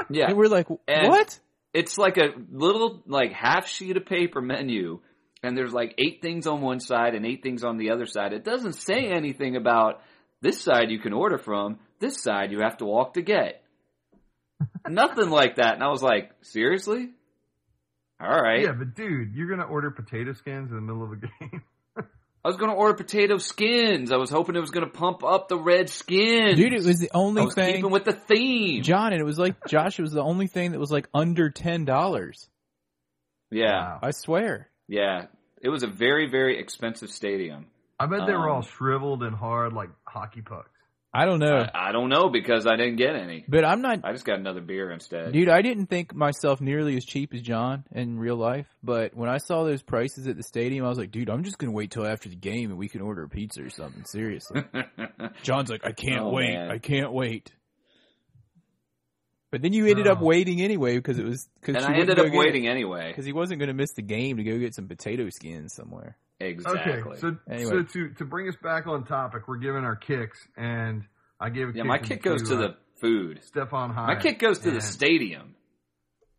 E: yeah.
C: And we're like,
E: And-
C: what?
E: It's like a little like half sheet of paper menu, and there's like eight things on one side and eight things on the other side. It doesn't say anything about this side you can order from, this side you have to walk to get. Nothing like that. And I was like, seriously? All right.
D: Yeah, but dude, you're gonna order potato skins in the middle of the game.
E: I was going to order potato skins. I was hoping it was going to pump up the red skins.
C: Dude, it was the only
E: I was
C: thing.
E: keeping Oh, with the theme.
C: John, and it was like Josh. It was the only thing that was like under ten dollars.
E: yeah,
D: Wow.
C: I swear.
E: yeah. It was a very, very expensive stadium.
D: I bet they were
E: Um,
D: all shriveled and hard like hockey pucks.
C: I don't know,
E: I, I don't know because I didn't get any.
C: but I'm not,
E: I just got another beer instead.
C: dude. I didn't think myself nearly as cheap as John in real life. But when I saw those prices at the stadium, I was like, dude, I'm just gonna wait till after the game and we can order a pizza or something. Seriously, John's like, I can't
E: Oh,
C: wait.
E: man.
C: I can't wait. But then you ended up
D: Oh.
C: waiting anyway because it was because
E: and I ended up waiting anyway.
C: because he wasn't going to miss the game to go get some potato skins somewhere.
E: Exactly.
D: Okay, so
C: Anyway.
D: so to to bring us back on topic, we're giving our kicks, and I gave a
E: yeah,
D: kick
E: my kick goes to the food.
D: Stefan High.
E: My kick goes to the
D: and-
E: stadium.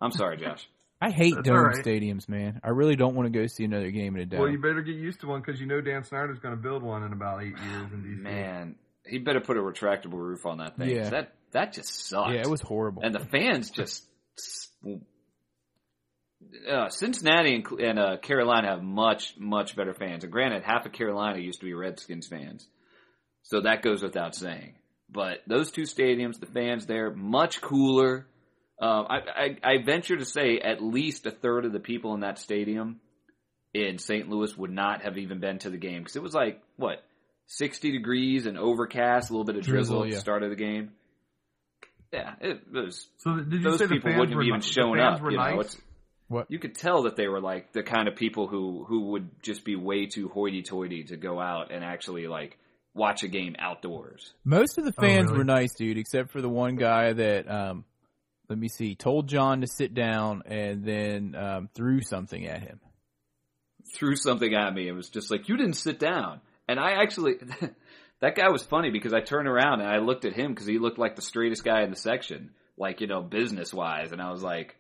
E: I'm sorry, Josh.
C: I hate
D: That's
C: dome
D: all right.
C: stadiums, man. I really don't want to go see another game in a dome.
D: Well, you better get used to one because you know Dan Snyder's going to build one in about eight years in DC.
E: Man, he better put a retractable roof on that thing. 'cause
C: Yeah.
E: That that just sucked.
C: yeah, it was horrible.
E: And the fans just. Uh, Cincinnati and, and uh, Carolina have much, much better fans. And granted, half of Carolina used to be Redskins fans. So that goes without saying. But those two stadiums, the fans there, much cooler. Um, I, I, I venture to say at least a third of the people in that stadium in St. Louis would not have even been to the game because it was like, what, 60 degrees and overcast, a little bit of drizzle,
C: Drizzle,
E: at
C: yeah.
E: the start of the game. Yeah, it was
D: So th- did you
E: those
D: say the
E: people
D: fans
E: wouldn't
D: were
E: have even
D: ni- the
E: shown
D: fans
E: up.
D: were
E: You know,
D: nice?
E: it's,
C: What?
E: you could tell that they were like the kind of people who who would just be way too hoity-toity to go out and actually like watch a game outdoors.
C: Most of the
E: Oh,
C: fans
D: really?
C: were nice, dude, except for the one guy that, um, let me see, told John to sit down and then um, threw something at him.
E: Threw something at me. It was just like you didn't sit down. And I actually that guy was funny because I turned around and I looked at him because he looked like the straightest guy in the section, like you know business wise. And I was like,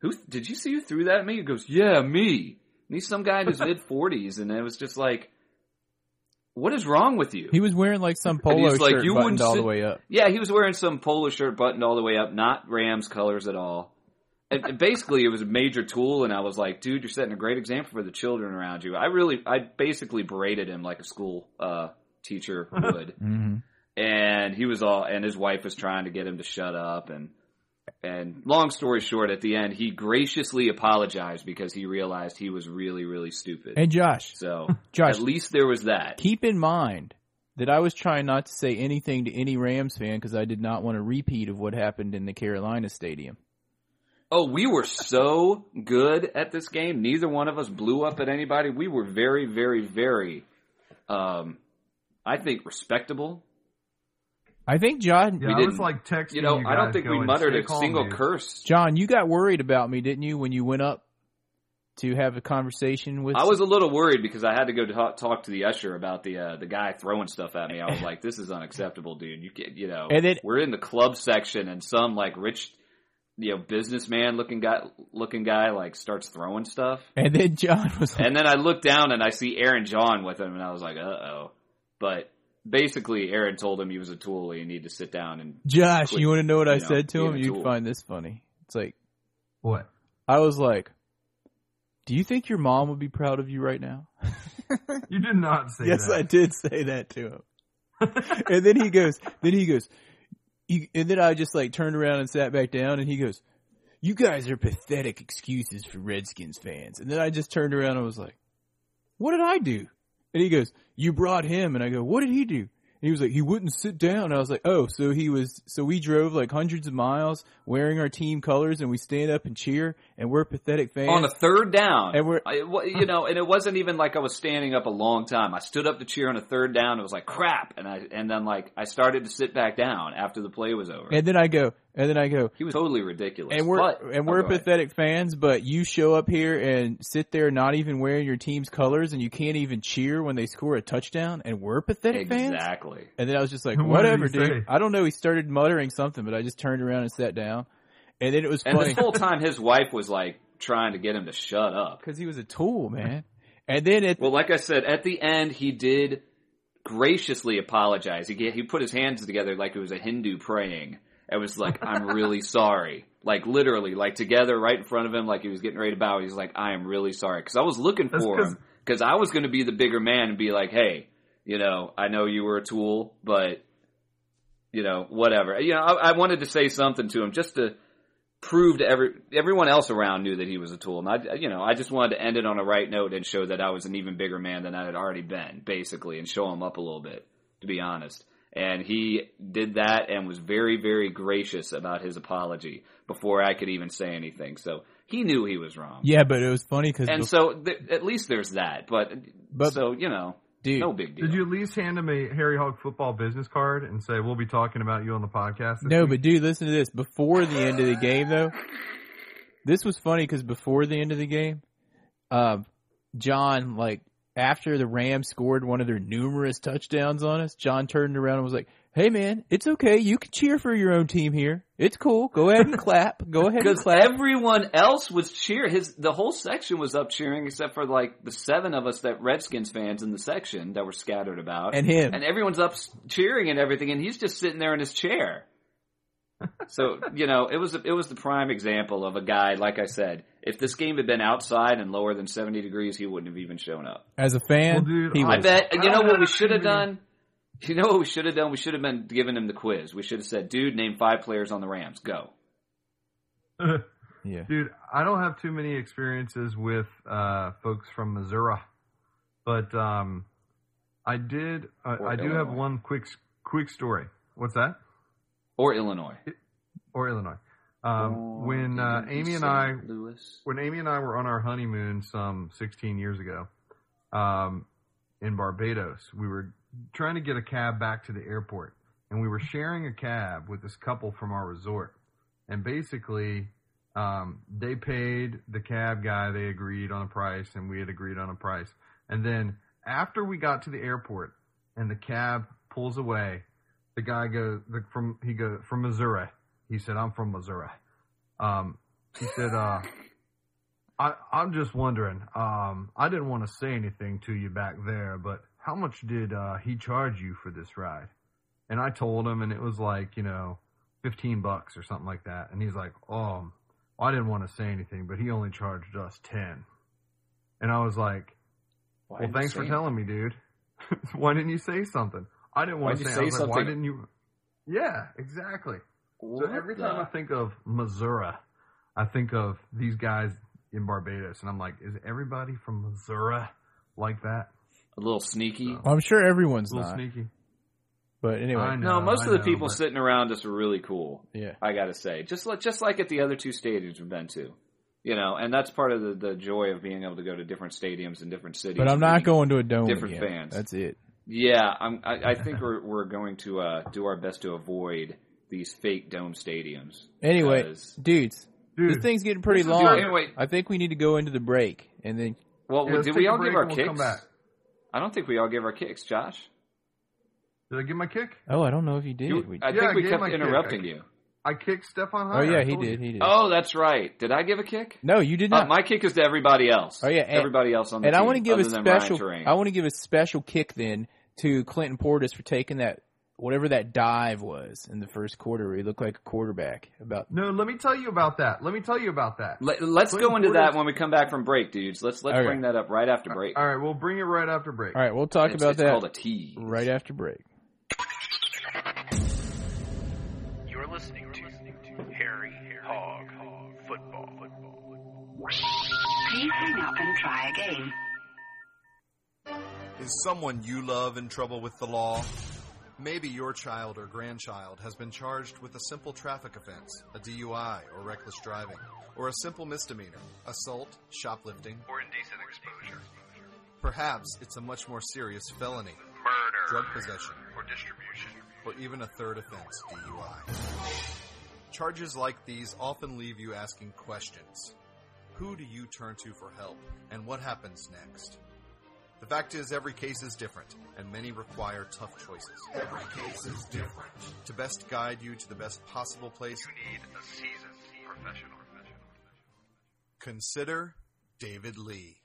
E: "Who did you see who threw that at me?" He goes, "Yeah, me." And he's some guy in his mid forties, and it was just like. What is wrong with you?
C: He was wearing like some
E: And
C: polo
E: he's like,
C: shirt
E: "You
C: buttoned
E: wouldn't
C: all
E: sit-
C: the way up.
E: Yeah, he was wearing some polo shirt buttoned all the way up, not Rams colors at all. And, and basically, it was a major tool, and I was like, "Dude, you're setting a great example for the children around you." I really, I basically berated him like a school uh, teacher would,
C: Mm-hmm.
E: and he was all, and his wife was trying to get him to shut up, and and long story short, at the end, he graciously apologized because he realized he was really, really stupid.
C: And Josh,
E: so,
C: Josh,
E: at least there was that.
C: keep in mind that I was trying not to say anything to any Rams fan because I did not want a repeat of what happened in the Carolina Stadium.
E: Oh, we were so good at this game. Neither one of us blew up at anybody. We were very, very, very, um, I think respectable.
C: I think John,
D: Yeah, I was
E: didn't.
D: like texting.
E: You know, I don't
D: guys
E: think we
D: going,
E: muttered
D: "Stay
E: a
D: calm,
E: single
D: dude."
E: curse.
C: John, you got worried about me, didn't you, when you went up to have a conversation with?
E: I was a little worried because I had to go talk, talk to the usher about the uh, the guy throwing stuff at me. I was like, "This is unacceptable, dude. You can't, you know."
C: And it-
E: we're in the club section, and some like rich, you know, businessman looking guy looking guy like starts throwing stuff.
C: and then John was like,
E: And then I look down and I see Aaron John with him, and I was like, uh oh. But basically, Aaron told him he was a tool and he needed to sit down and
C: Josh,
E: quit,
C: you want to know what I
E: you know,
C: said to
E: being
C: him?
E: a
C: You'd
E: tool.
C: find this funny. It's like
D: What?
C: I was like, "Do you think your mom would be proud of you right now?"
D: You did not say
C: yes,
D: that.
C: I did say that to him. and then he goes, then he goes, you, and then I just like turned around and sat back down, and he goes, "You guys are pathetic excuses for Redskins fans." And then I just turned around and was like, "What did I do?" And he goes, "You brought him," and I go, "What did he do?" And he was like, "He wouldn't sit down." And I was like, "Oh, so he was, so we drove like hundreds of miles wearing our team colors, and we stand up and cheer, and we're pathetic fans."
E: on a third down.
C: And we're-
E: I, wa- you know, and it wasn't even like I was standing up a long time. I stood up to cheer on a third down. It was like crap, and I and then like I started to sit back down after the play was over.
C: and then I go, and then I go,
E: he was totally ridiculous.
C: and we're
E: But-
C: and
E: oh,
C: we're
E: go ahead.
C: pathetic fans, but you show up here and sit there not even wearing your team's colors, and you can't even cheer when they score a touchdown, and we're pathetic fans.
E: Exactly.
C: And then I was just like,
D: What did
C: whatever,
D: he
C: dude.
D: say?
C: I don't know. He started muttering something, but I just turned around and sat down. And then it was
E: And
C: funny
E: this whole time, his wife was like trying to get him to shut up.
C: because he was a tool, man. And then it,
E: Well, like I said, at the end, he did graciously apologize. He he put his hands together like it was a Hindu praying. and was like, "I'm really sorry." Like literally, like together, right in front of him, like he was getting ready to bow. He's like, "I am really sorry," because I was looking
D: That's
E: for
D: 'cause-
E: him because I was going to be the bigger man and be like, "Hey, you know, I know you were a tool, but you know, whatever." You know, I, I wanted to say something to him just to prove to every everyone else around knew that he was a tool, and I, you know, I just wanted to end it on a right note and show that I was an even bigger man than I had already been, basically, and show him up a little bit, to be honest. And he did that and was very, very gracious about his apology before I could even say anything. So he knew he was wrong,
C: yeah, but it was funny because
E: and so th- at least there's that. But,
C: But-
E: so you know,
C: dude,
E: no big deal.
D: Did you at least hand him a Harry Hog football business card and say we'll be talking about you on the podcast? this
C: No,
D: week?"
C: but dude, listen to this. Before the end of the game, though, this was funny because before the end of the game, uh, John, like after the Rams scored one of their numerous touchdowns on us, John turned around and was like, "Hey, man, it's okay. You can cheer for your own team here. It's cool. Go ahead and clap. Go ahead and
E: because
C: clap."
E: everyone else was cheer. His the whole section was up cheering, except for like the seven of us that Redskins fans in the section that were scattered about,
C: And him.
E: and everyone's up s- cheering and everything, and he's just sitting there in his chair. So you know, it was it was the prime example of a guy. Like I said, if this game had been outside and lower than seventy degrees, he wouldn't have even shown up.
C: As a fan,
D: Well, dude,
C: he was.
D: I
E: I bet. You know
D: don't
E: what
D: know.
E: we should have done? You know what we should have done? We should have been giving him the quiz. We should have said, "Dude, name five players on the Rams. Go."
C: yeah.
D: Dude, I don't have too many experiences with uh, folks from Missouri, but um, I did. I,
E: Or
D: I do have
E: Illinois.
D: one quick quick story. What's that?
E: Or Illinois.
D: Or Illinois?
E: Oh,
D: Um, when uh, Amy and I when Amy and I were on our honeymoon some 16 years ago um, in Barbados, we were trying to get a cab back to the airport, and we were sharing a cab with this couple from our resort. And basically, um, they paid the cab guy, they agreed on a price, and we had agreed on a price. And then after we got to the airport and the cab pulls away, the guy goes the, from he go from Missouri. He said, "I'm from Missouri." Um, he said, uh, I, I'm just wondering. Um, I didn't want to say anything to you back there, but how much did uh, he charge you for this ride? And I told him, and it was like, you know, 15 bucks or something like that. And he's like, oh, I didn't want to say anything, but he only charged us 10. And I was like,
E: Why
D: well,
E: did
D: thanks
E: you
D: for
E: say
D: telling me, dude. why didn't you say something? I didn't want to
E: Why'd you
D: say,
E: say
D: I was like, why
E: something?
D: didn't you? Yeah, exactly. So
E: What
D: every
E: the-
D: time I think of Missouri, I think of these guys in Barbados, and I'm like, is everybody from Missouri like that?
E: a little sneaky.
D: So-
C: I'm sure everyone's
D: A little
C: not,
D: sneaky.
C: but
D: I
C: anyway,
E: No,
D: know,
E: most
D: I
E: of the
D: know,
E: people
D: but-
E: sitting around us are really cool.
C: yeah.
E: I gotta say, just like just like at the other two stadiums we've been to, you know, and that's part of the, the joy of being able to go to different stadiums in different cities.
C: But I'm not
E: Meeting-
C: going to a dome.
E: different
C: again.
E: fans.
C: That's it.
E: Yeah, I'm, I, I think we're we're going to uh, do our best to avoid these fake dome stadiums.
C: Anyway,
E: Because-
C: dudes,
D: Dude,
C: this thing's getting pretty
E: Dude,
C: long.
E: anyway-
C: I think we need to go into the break and then
E: Well,
D: yeah, let's
E: did
D: take
E: we
D: a
E: all
D: break
E: give our
D: and we'll come
E: kicks?
D: back.
E: I don't think we all gave our kicks, Josh.
D: Did I get my kick?
C: Oh, I don't know if you did.
E: You-
C: We-
E: I
D: Yeah, I
E: think we
D: gave
E: kept
D: my kick.
E: interrupting you.
D: I kicked Stefan
C: oh
D: Heyer.
C: yeah,
D: I
C: he
D: told you.
C: did. He did.
E: Oh, that's right. Did I give a kick?
C: no, you did
E: Uh,
C: not.
E: my kick is to everybody else.
C: Oh, yeah, and-
E: everybody else on the
C: and I
E: team,
C: want to give a
E: other than Ryan
C: special.
E: Terrain.
C: I want to give a special kick then to Clinton Portis for taking that whatever that dive was in the first quarter. Where he looked like a quarterback. About
D: No, let me tell you about that. Let me tell you about that.
E: Let, let's
D: Clinton
E: go into
D: Portis-
E: that when we come back from break, dudes. Let's let's
C: Okay.
E: bring that up right after break.
D: All right, we'll bring it right after break.
C: all right, we'll talk
E: it's,
C: about
E: it's
C: that
E: called a tease.
C: right after break.
F: You're listening to Harry Hog Football.
G: Please hang up and try again.
H: Is someone you love in trouble with the law? Maybe your child or grandchild has been charged with a simple traffic offense, a DUI or reckless driving, or a simple misdemeanor, assault, shoplifting.
F: Or indecent exposure.
H: Perhaps it's a much more serious felony,
F: Murder.
H: drug possession,
F: Or distribution.
H: or even a third offense, DUI. Charges like these often leave you asking questions. Who do you turn to for help, and what happens next? The fact is, every case is different, and many require tough choices. Every case is different. To best guide you to the best possible place,
F: You need a seasoned professional.
H: consider David Lee.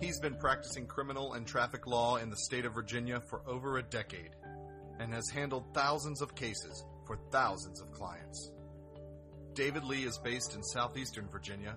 H: He's been practicing criminal and traffic law in the state of Virginia for over a decade and has handled thousands of cases for thousands of clients. David Lee is based in southeastern Virginia,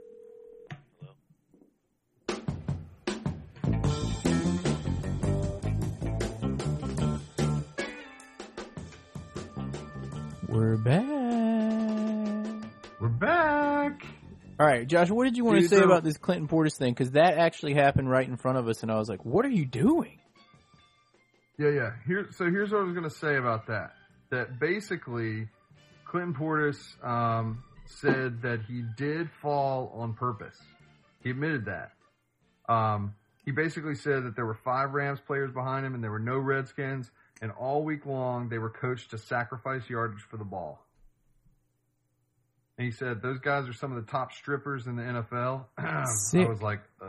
C: We're back.
D: We're back.
C: All right, Josh, what did you want
D: Dude,
C: to say
D: so-
C: about this Clinton Portis thing? Because that actually happened right in front of us, and I was like, "What are you doing?"
D: Yeah, yeah. Here, so here's what I was going to say about that. That basically, Clinton Portis um, said that he did fall on purpose. He admitted that. Um, he basically said that there were five Rams players behind him, and there were no Redskins. And all week long, they were coached to sacrifice yardage for the ball. And he said those guys are some of the top strippers in the NFL. I
C: Sick.
D: was like, uh,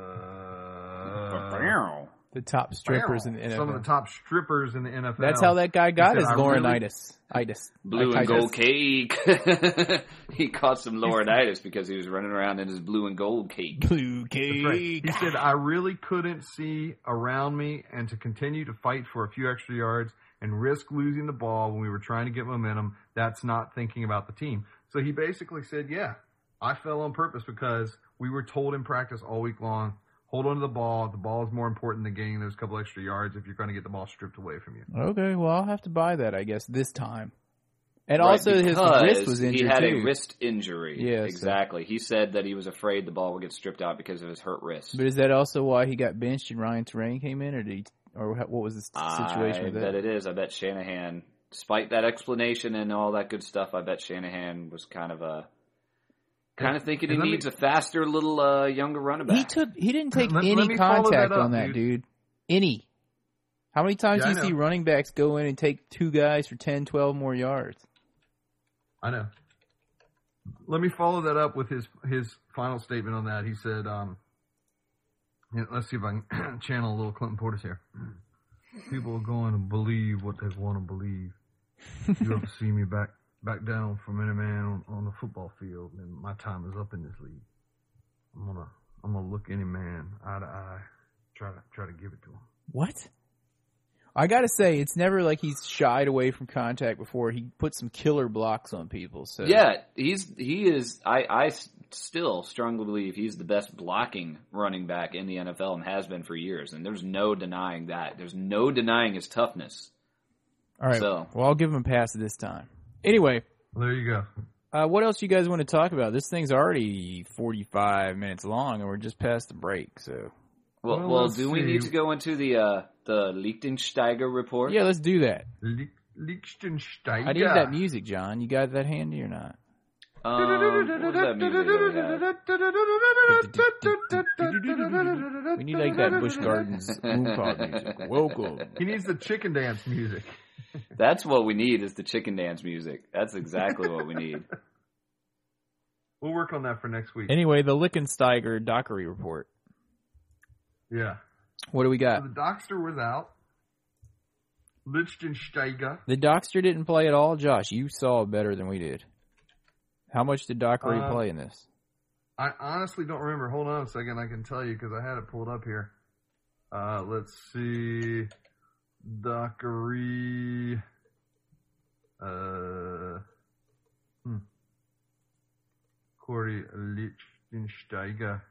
E: Meow.
C: The top strippers in the
D: some of
C: NFL.
D: the top strippers in the NFL.
C: That's how that guy got
D: said,
C: his
D: "I really-
C: Laurinaitis. Itis.
E: Blue
C: I-
E: and
C: itis.
E: gold cake. he caught some laurinaitis because he was running around in his blue and gold cake.
C: Blue
D: That's
C: cake.
D: right. He said, I really couldn't see around me and to continue to fight for a few extra yards and risk losing the ball when we were trying to get momentum, that's not thinking about the team. So he basically said, Yeah, I fell on purpose because we were told in practice all week long, hold on to the ball. The ball is more important than gaining those couple extra yards if you're going to get the ball stripped away from you.
C: Okay, well, I'll have to buy that, I guess, this time. And
E: Right,
C: also, his
E: because
C: wrist was injured
E: He had
C: too.
E: a wrist injury.
C: Yeah, so-
E: exactly. He said that he was afraid the ball would get stripped out because of his hurt wrist.
C: But is that also why he got benched and Ryan Terrain came in, or did he, or wha- what was the s- situation
E: I
C: with
E: bet
C: that?
E: it is. I bet Shanahan, despite that explanation and all that good stuff, I bet Shanahan was kind of a kind of thinking he
D: and let me-
E: needs a faster, little, uh, younger running
C: He
E: back.
C: took, he didn't take
D: Let- let
C: any
D: me follow
C: contact
D: that up,
C: on that dude.
D: dude.
C: Any. How many times
D: Yeah,
C: do
D: I
C: you see
D: know.
C: running backs go in and take two guys for 10, 12 more yards?
D: I know. let me follow that up with his his final statement on that. He said, um, yeah, "Let's see if I can channel a little Clinton Portis here. People are going to believe what they want to believe. You ever see me back back down from any man on, on the football field, and my time is up in this league. I'm gonna I'm gonna look any man eye to eye, try to try to give it to him.
C: What? I gotta say, it's never like he's shied away from contact before. He put some killer blocks on people. So
E: Yeah, he's he is. I I s- still strongly believe he's the best blocking running back in the NFL and has been for years. And there's no denying that. There's no denying his toughness.
C: All right.
E: So-
C: Well, I'll give him a pass this time. Anyway,
D: There you go.
C: uh, what else you guys want to talk about? This thing's already forty-five minutes long, and we're just past the break. So
E: Well,
D: Well,
E: well,
D: let's
E: do we
D: see.
E: need to go into the uh, the Lichtensteiger report?
C: yeah, let's do that.
D: Lie- Liechtenstein.
C: I need that music, John. You got that handy or not?
E: Um, what was that music that we had?
C: We need like that Bush Gardens oompa music. Welcome.
D: He needs the chicken dance music.
E: That's what we need is the chicken dance music. That's exactly what we need.
D: We'll work on that for next week.
C: Anyway, the Lichtensteiger Dockery report.
D: Yeah.
C: What do we
D: So
C: got?
D: the Doxter was out. Lichtensteiger.
C: The Dockster didn't play at all, Josh. You saw better than we did. How much did Dockery
D: Uh,
C: play in this?
D: I honestly don't remember. Hold on a second. I can tell you because I had it pulled up here. Uh, let's see. Dockery. Uh, hmm. Corey Lichtensteiger.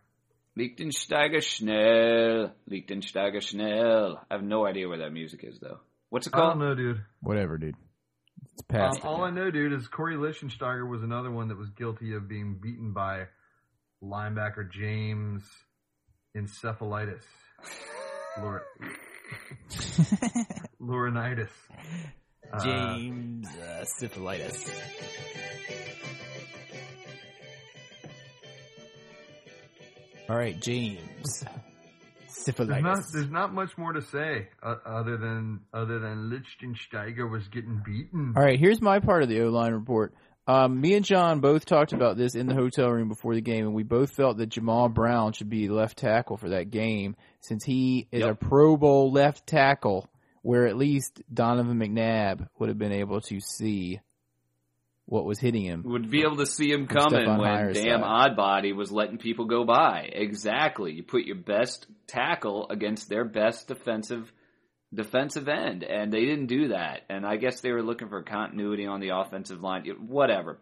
E: Lichtensteiger Schnell. Lichtensteiger Schnell. I have no idea where that music is though. What's it
D: I don't
C: Um,
E: called?
D: know, dude.
C: Whatever, dude. It's
D: Um,
C: past. it
D: all
C: now.
D: I know, dude, is Corey Lichtensteiger was another one that was guilty of being beaten by linebacker James encephalitis. Lor- Laurinaitis. Uh,
C: James uh, syphilitis. All right, James
D: there's, not,
C: syphilitis.
D: there's not much more to say uh, other than other than Lichtensteiger was getting beaten.
C: All right, here's my part of the O line report. Um, me and John both talked about this in the hotel room before the game, and we both felt that Jamal Brown should be left tackle for that game since he is
E: Yep.
C: a Pro Bowl left tackle, where at least Donovan McNabb would have been able to see what was hitting him.
E: Would be able to see him
C: From
E: coming
C: Stephon
E: when
C: Meyer's
E: damn
C: side.
E: Oddbody was letting people go by. Exactly. You put your best tackle against their best defensive defensive end, and they didn't do that. And I guess they were looking for continuity on the offensive line. It- Whatever.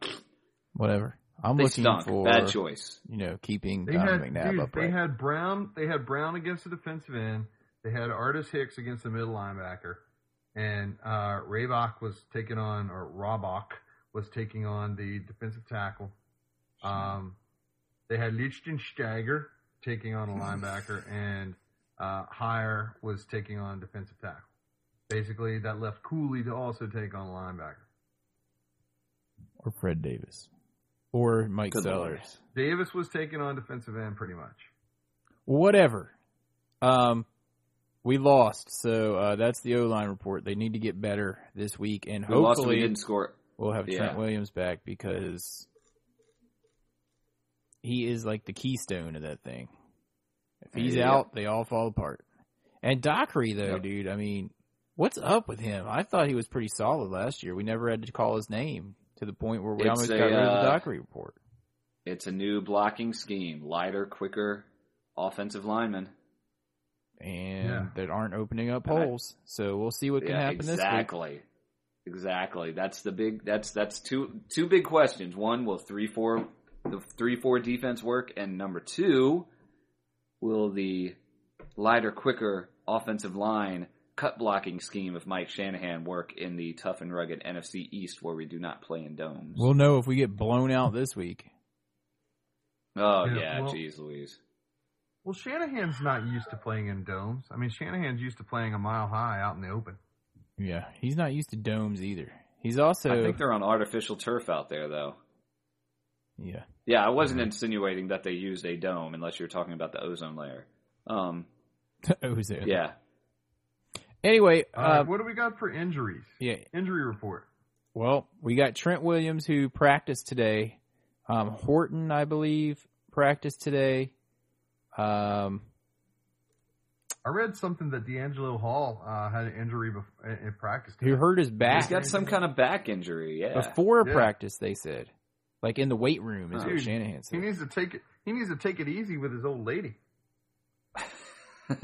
C: Whatever. I'm
E: They
C: looking
E: stunk.
C: for
E: Bad choice.
C: you know keeping
D: They
C: Donovan
D: had
C: McNabb
D: dude,
C: upright.
D: they had Brown they had Brown against the defensive end. They had Artis Hicks against the middle linebacker, and uh, Raybach was taking on or Robach was taking on the defensive tackle. Um, they had Lichtensteiger taking on a linebacker, and uh, Heyer was taking on defensive tackle. Basically, that left Cooley to also take on a linebacker.
C: or Fred Davis, or Mike
E: Good
C: Sellers.
D: Davis was taking on defensive end pretty much.
C: whatever. Um, we lost, so uh, that's the O line report. They need to get better this week, and
E: We lost. We
C: hopefully
E: didn't score.
C: we'll have
E: yeah.
C: Trent Williams back because he is like the keystone of that thing. If he's
E: Yeah.
C: out, they all fall apart. And Dockery, though,
E: Yep.
C: dude, I mean, what's up with him? I thought he was pretty solid last year. We never had to call his name to the point where we
E: It's
C: almost
E: a,
C: got rid of the
E: uh,
C: Dockery report.
E: It's a new blocking scheme. Lighter, quicker offensive lineman.
C: and
D: Yeah.
C: that aren't opening up
E: And I-
C: holes. so we'll see what can happen this week.
E: exactly. Exactly. That's the big. That's that's two two big questions. One, will three four the three four defense work, and number two, will the lighter, quicker offensive line cut blocking scheme of Mike Shanahan work in the tough and rugged NFC East, where we do not play in domes?
C: We'll know if we get blown out this week.
E: oh
D: Yeah,
E: yeah,
D: well-
E: jeez Louise.
D: Well, Shanahan's not used to playing in domes. I mean, Shanahan's used to playing a mile high out in the open.
C: Yeah, he's not used to domes either. He's also
E: I think they're on artificial turf out there, though.
C: yeah.
E: Yeah, I wasn't insinuating that they used a dome, unless you're talking about the ozone layer. Um,
C: Ozone.
E: yeah.
C: Anyway, uh,
D: All right, what do we got for injuries?
C: yeah.
D: Injury report.
C: Well, we got Trent Williams who practiced today. Um, Horton, I believe, practiced today. Um,
D: I read something that D'Angelo Hall uh, had an injury bef- in in practice.
C: who hurt his
E: He's
C: back
E: got some kind of back injury. Yeah.
C: before
D: Yeah.
C: practice? They said, like in the weight room, is what
D: Dude,
C: Shanahan
D: He
C: said.
D: needs to take it. He needs to take it easy with his old lady.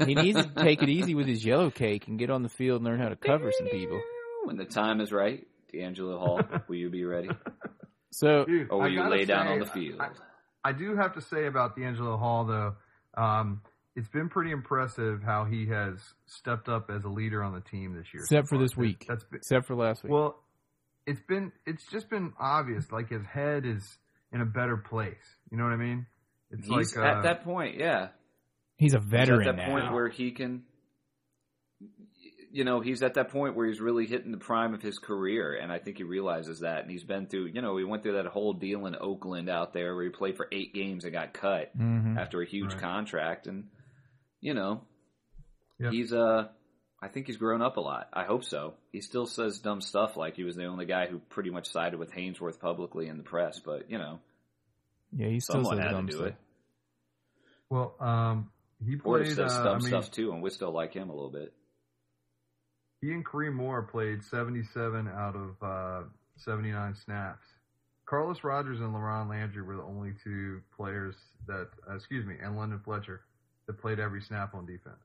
C: He needs to take it easy with his yellow cake and get on the field and learn how to cover some people.
E: When the time is right, D'Angelo Hall, will you be ready?
C: So
D: Dude,
E: Or will
D: I
E: Oh, you
D: gotta
E: lay down
D: say,
E: on the field?
D: I, I do have to say about D'Angelo Hall, though, um, it's been pretty impressive how he has stepped up as a leader on the team this year.
C: Except
D: so
C: for
D: far.
C: this week.
D: That's been,
C: except for last week,
D: well, it's been it's just been obvious. Like his head is in a better place. You know what I mean? It's
E: He's
D: like
E: at
D: uh,
E: that point, yeah.
C: he's a
E: He's
C: veteran
E: at that
C: now.
E: point where he can you know he's at that point where he's really hitting the prime of his career and i think he realizes that and he's been through you know he went through that whole deal in oakland out there where he played for eight games and got cut
C: Mhm.
E: after a huge
D: Mm-hmm. Right.
E: contract and you know
D: Yep.
E: he's uh i think he's grown up a lot i hope so he still says dumb stuff like he was the only guy who pretty much sided with Hainsworth publicly in the press but you know
C: Yeah, he's still
E: someone
C: says
E: had to
C: dumb
E: do
C: stuff.
E: it
D: well, um, he
E: Porter
D: played.
E: says
D: uh,
E: dumb
D: I mean,
E: stuff too and we still like him a little bit
D: He and Kareem Moore played 77 out of uh, 79 snaps. Carlos Rogers and LaRon Landry were the only two players that, uh, excuse me, and London Fletcher that played every snap on defense.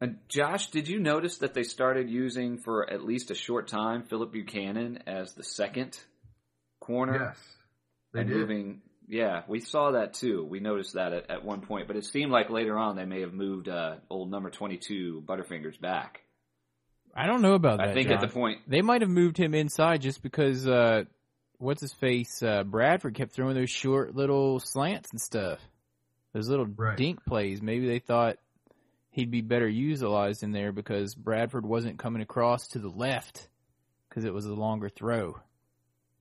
E: And Josh, did you notice that they started using for at least a short time Philip Buchanan as the second corner?
D: Yes, they
E: and
D: did.
E: moving. Yeah, we saw that too. We noticed that at, at one point, but it seemed like later on they may have moved uh, old number twenty-two Butterfingers back.
C: I don't know about Oh, that.
E: I think
C: John.
E: at the point,
C: they might have moved him inside just because uh, what's his face uh, Bradford kept throwing those short little slants and stuff, those little
D: Right.
C: dink plays. Maybe they thought he'd be better utilized in there because Bradford wasn't coming across to the left because it was a longer throw.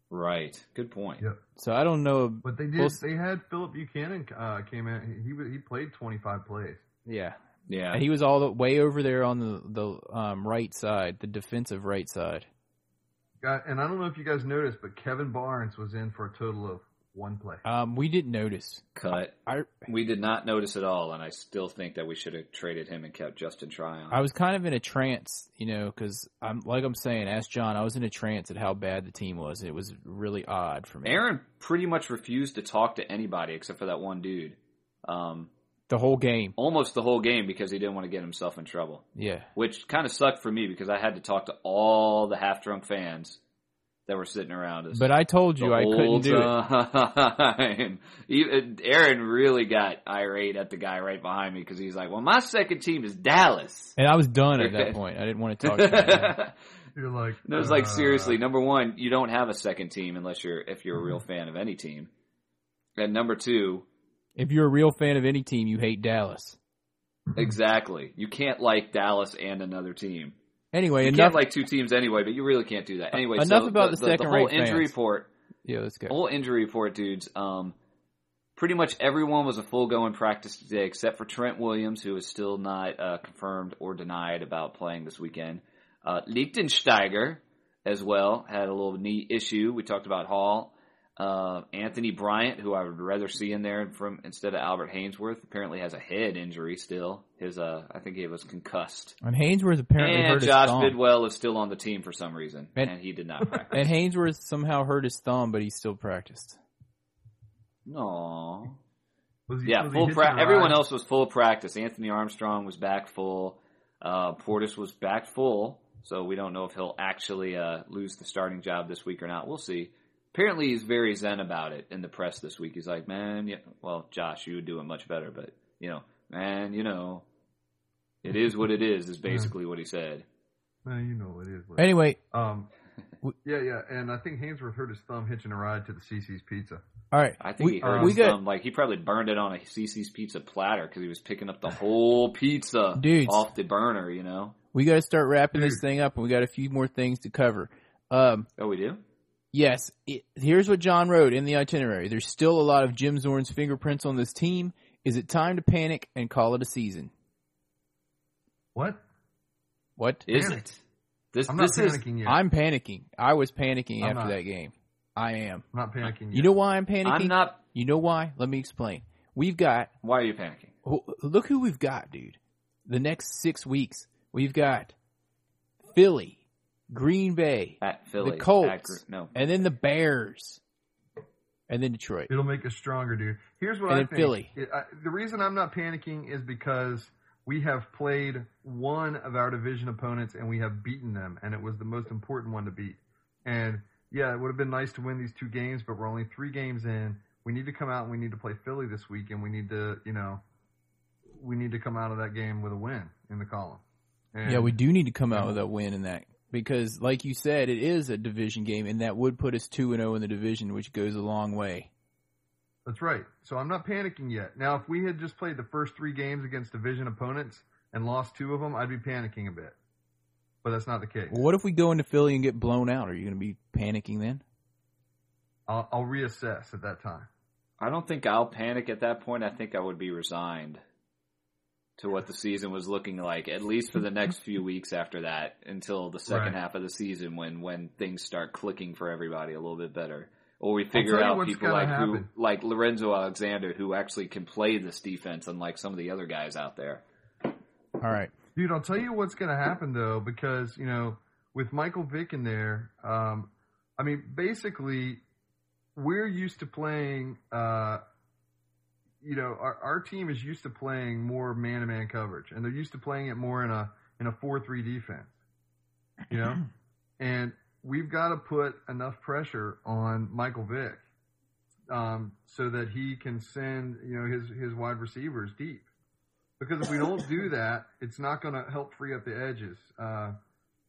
E: right? Good point.
D: Yeah.
C: So I don't know.
D: But they did.
C: Well,
D: they had Philip Buchanan uh, came in. He he- he played 25 plays.
C: Yeah,
E: Yeah,
C: and he was all the way over there on the the um, right side, the defensive right side.
D: Got- And I don't know if you guys noticed, but Kevin Barnes was in for a total of one play.
C: Um, we didn't notice.
E: cut.
C: I
E: We did not notice at all, and I still think that we should have traded him and kept Justin Tryon.
C: I was kind of in a trance, you know, because I'm like I'm saying, ask John. I was in a trance at how bad the team was. It was really odd for me.
E: Aaron pretty much refused to talk to anybody except for that one dude. Um,
C: the whole game,
E: almost the whole game because he didn't want to get himself in trouble,
C: yeah,
E: which kind of sucked for me because I had to talk to all the half drunk fans that were sitting around us.
C: but I told
E: the
C: you I couldn't do it.
E: time. Even Aaron really got irate at the guy right behind me because he's like, "Well, my second team is Dallas."
C: And I was done at that point. I didn't want to talk to him.
E: And
D: You're like,
E: I was like,
D: uh,
E: seriously, number one, you don't have a second team unless you're if you're a
C: Mm-hmm.
E: real fan of any team, and number two,
C: If you're a real fan of any team, you hate Dallas.
E: exactly, you can't like Dallas and another team.
C: Anyway,
E: You
C: enough.
E: can't like two teams anyway, but you really can't do that. Anyway,
C: Enough
E: so
C: about the
E: the,
C: second-rate
E: whole injury
C: fans.
E: report.
C: yeah, let's go.
E: Whole injury report, dudes. Um, pretty much everyone was a full go in practice today, except for Trent Williams, who is still not uh, confirmed or denied about playing this weekend. Uh, Lichtensteiger as well had a little knee issue. We talked about Hall. Uh, Anthony Bryant, who I would rather see in there from instead of Albert Hainsworth, apparently has a head injury still. His, uh, I think he was concussed.
C: And Hainsworth apparently
E: And
C: hurt
E: Josh
C: his thumb.
E: Bidwell is still on the team for some reason,
C: And-
E: and, he did not practice.
C: And Hainsworth somehow hurt his thumb, but he still practiced.
E: No.
D: was he-
E: Yeah,
D: was he
E: full
D: hitting
E: pra-
D: the
E: everyone
D: ride?
E: else was full of practice. Anthony Armstrong was back full. Uh, Portis was back full, so we don't know if he'll actually uh, lose the starting job this week or not. We'll see. Apparently, he's very zen about it in the press this week. He's like, "Man, yeah, well, Josh, you would do it much better, but you know, man, you know, it is what it is." Is basically what he said.
D: No, you know what it is. what it is.
C: Anyway,
D: Um,
C: W-
D: yeah, yeah, and I think Hainsworth hurt his thumb hitching a ride to the CC's Pizza.
C: all right.
E: I think
C: we,
E: he heard
D: um,
C: we
E: his
C: got
E: thumb, like he probably burned it on a CC's pizza platter because he was picking up the whole pizza
C: Dudes.
E: off the burner. You know?
C: we got to start wrapping this
D: Dude.
C: thing up, and we got a few more things to cover. Um,
E: Oh, we do.
C: Yes, it, here's what John wrote in the itinerary. There's still a lot of Jim Zorn's fingerprints on this team. Is it time to panic and call it a season?
D: What?
C: What?
E: Is
D: Panic.
E: it? This
D: I'm not
E: this is
D: panicking yet.
C: I'm panicking. I was panicking
D: I'm
C: after
D: not.
C: that game. I am.
D: I'm not panicking.
C: You know why I'm panicking?
E: I'm not.
C: You know why? Let me explain. We've got
E: Why are you panicking?
C: Well, look who we've got, dude. The next six weeks, we've got Philly, Green Bay,
E: At Philly,
C: Colts.
E: At Gr- no,
C: and then the Bears, and then Detroit.
D: It'll make us stronger, dude. Here's what
C: And
D: I
C: in
D: think.
C: Philly.
D: It- I- the reason I'm not panicking is because we have played one of our division opponents and we have beaten them, and it was the most important one to beat. And yeah, it would have been nice to win these two games, but we're only three games in. We need to come out and we need to play Philly this week, and we need to, you know, we need to come out of that game with a win in the column. And
C: Yeah, we do need to come out with a win in that because, like you said, it is a division game, and that would put us two and zero in the division, which goes a long way.
D: That's right. So I'm not panicking yet. Now, if we had just played the first three games against division opponents and lost two of them, I'd be panicking a bit. But that's not the case.
C: Well, what if we go into Philly and get blown out? Are you going to be panicking then?
D: I'll, I'll reassess at that time.
E: I don't think I'll panic at that point. I think I would be resigned to what the season was looking like, at least for the next few weeks after that, until the second
D: Right.
E: half of the season when when things start clicking for everybody a little bit better, or we
D: tell
E: figure
D: you
E: out
D: what's
E: people
D: gonna
E: like
D: happen.
E: who like Lorenzo Alexander who actually can play this defense, unlike some of the other guys out there.
C: All right.
D: Dude, I'll tell you what's going to happen though, because you know, with Michael Vick in there, um, I mean, basically, we're used to playing. Uh, you know, our, our team is used to playing more man-to-man coverage, and they're used to playing it more in a in a four-three defense. You know, and we've got to put enough pressure on Michael Vick um, so that he can send you know his his wide receivers deep because if we don't do that, it's not going to help free up the edges, uh,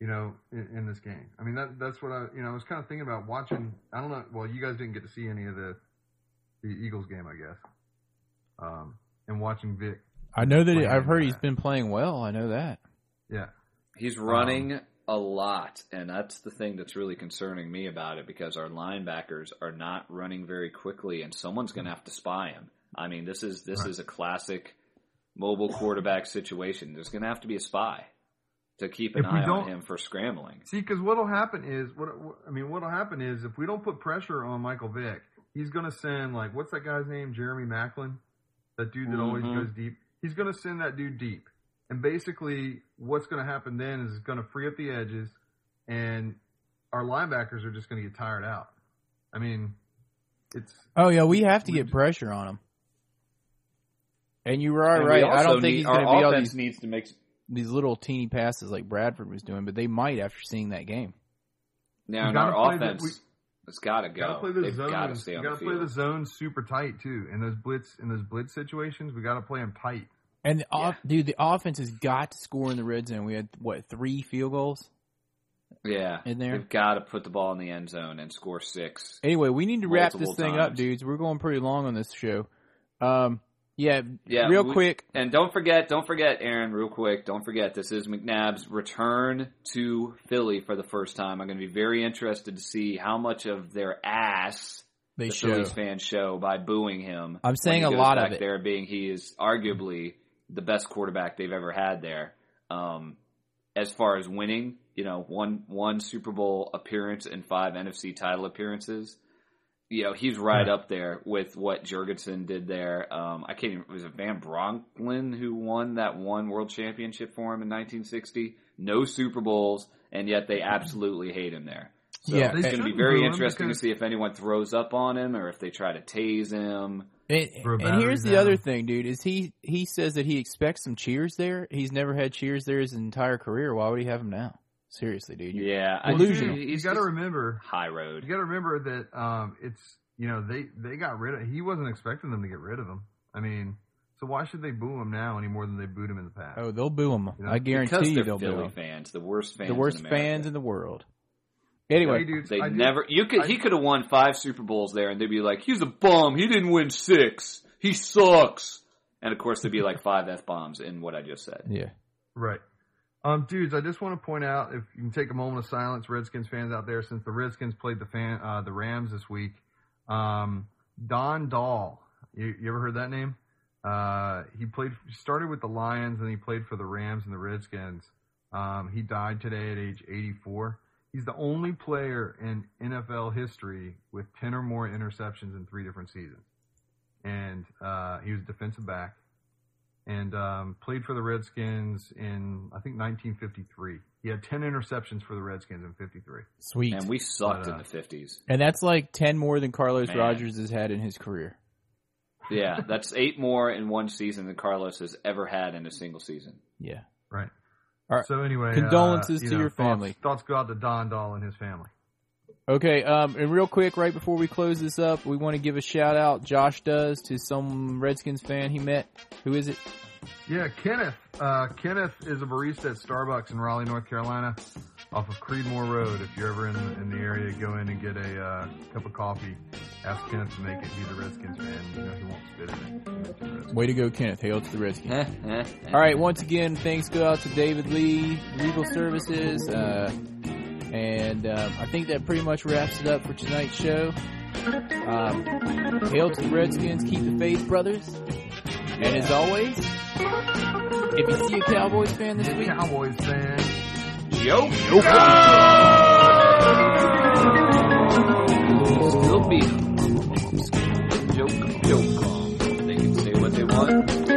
D: you know, in, in this game. I mean, that that's what I, you know, I was kind of thinking about watching. I don't know. Well, you guys didn't get to see any of the the Eagles game, I guess, um, and watching Vic.
C: I know that
D: Playing
C: I've heard he's
D: that.
C: been playing well. I know that.
D: Yeah,
E: He's
D: Um,
E: running a lot, and that's the thing that's really concerning me about it because our linebackers are not running very quickly, and someone's going to
D: Hmm.
E: have to spy him. I mean, this is this is a classic mobile quarterback situation. There's going to have to be a spy to keep an
D: If we
E: eye on
D: don't-
E: him for scrambling.
D: see, because what'll happen is what I mean. What'll happen is if we don't put pressure on Michael Vick, he's going to send like what's that guy's name, Jeremy Macklin, that dude that always
E: Mhm.
D: goes deep. He's going to send that dude deep. And basically, what's going to happen then is it's going to free up the edges, and our linebackers are just going to get tired out. I mean, it's
C: Oh yeah, we have to get pressure on him. And you are
E: And we
C: right. I
E: also
C: don't think
E: need-
C: he's
E: our
C: going to be all
E: offense
C: these,
E: needs to make
C: these little teeny passes like Bradford was doing, but they might after seeing that game.
E: now in
D: gotta
E: our
D: play the-
E: offense. it's got to
D: gotta
E: go.
D: play the
E: They've
D: zone.
E: got to stay on
D: gotta
E: the
D: play the
E: field.
D: zone super tight too. In those blitz, in those blitz situations, we gotta play them tight.
C: And the off, dude, the offense has got to score in the red zone. We had what three field goals
E: yeah,
C: in there.
E: they've got to put the ball in the end zone and score six.
C: Anyway, we need to wrap this
E: Multiple
C: thing up,
E: times.
C: dudes. We're going pretty long on this show. Um, yeah,
E: Yeah,
C: real
E: we-
C: quick.
E: And don't forget, don't forget, Aaron, real quick. Don't forget, this is McNabb's return to Philly for the first time. I'm going to be very interested to see how much of their ass
C: They
E: the
C: show.
E: Phillies fans show by booing him.
C: I'm
E: when
C: saying
E: he
C: a
E: goes
C: lot of
E: back
C: it.
E: There being he is arguably the best quarterback they've ever had there. Um, as far as winning, you know, one one Super Bowl appearance and five NFC title appearances. You know, he's right up there with what Jurgensen did there. Um, I can't even, was it Van Bronklin who won that one world championship for him in 1960? No Super Bowls, and yet they
C: Mm-hmm.
E: absolutely hate him there. So
C: Yeah, they
E: it's going to be
D: shouldn't
E: very
D: boo him
E: interesting to
D: because-
E: see if anyone throws up on him or if they try to tase him.
C: And,
D: Throw
C: and here's
D: batteries
C: the
D: at
C: other
D: him.
C: thing, dude. Is he he says that he expects some cheers there. He's never had cheers there his entire career. Why would he have them now? Seriously, dude. you-
E: Yeah, I-
C: Delusional.
E: he's-
D: You
E: he's
D: gotta
E: just
D: remember
E: high
D: You
E: road.
D: got to remember that um, it's you know they they got rid of. He wasn't expecting them to get rid of him. I mean, so why should they boo him now any more than they booed him in the past?
C: Oh, they'll boo him.
D: Yeah.
C: I
E: Because
C: guarantee you
E: they're
C: they'll boo
E: Philly
C: him.
E: fans, the worst fans,
C: The worst
E: in America.
C: fans in the world.
D: Hey,
C: Anyway,
D: dudes,
E: They
D: I do-
E: never. You could.
D: I-
E: he could have won five Super Bowls there, and they'd be like, "He's a bum. He didn't win six. He sucks." And of course, there'd be like five f bombs in what I just said.
C: yeah.
D: Right. Um, dudes, I just want to point out if you can take a moment of silence, Redskins fans out there, since the Redskins played the fan, uh, the Rams this week. Um, Don Dahl, you, you ever heard that name? Uh, he played, he started with the Lions and he played for the Rams and the Redskins. Um, he died today at age 84. He's the only player in NFL history with 10 or more interceptions in three different seasons. And uh, he was defensive back and um, played for the Redskins in, I think, 1953. He had 10 interceptions for the Redskins in 53.
C: Sweet.
E: Man, we sucked
D: But, uh,
E: in the fifties.
C: and that's like 10 more than Carlos
E: Man.
C: Rogers has had in his career.
E: Yeah, that's eight more in one season than Carlos has ever had in a single season.
C: Yeah.
D: Right.
C: All right.
D: So anyway,
C: Condolences
D: uh, you
C: to
D: know,
C: your
D: thoughts-
C: family.
D: Thoughts go out to Don Dahl and his family.
C: Okay, um, and real quick, right before we close this up, we want to give a shout out. Josh does to some Redskins fan he met. Who is it?
D: Yeah, Kenneth. Uh, Kenneth is a barista at Starbucks in Raleigh, North Carolina, off of Creedmoor Road. If you're ever in, in the area, go in and get a uh, cup of coffee. Ask Kenneth to make it. He's a Redskins fan. You know he won't spit in it. He's a Redskins.
C: Way to go, Kenneth. Hail to the Redskins.
E: All
C: All right, once again, thanks go out to David Lee, Legal Services, uh, and um, I think that pretty much wraps it up for tonight's show. Um, hail to the Redskins, keep the faith, brothers. And as always, if you see a Cowboys fan this week,
D: Cowboys fan.
E: Yo, yo, still beat 'em. Joke, joke. They can say what they want.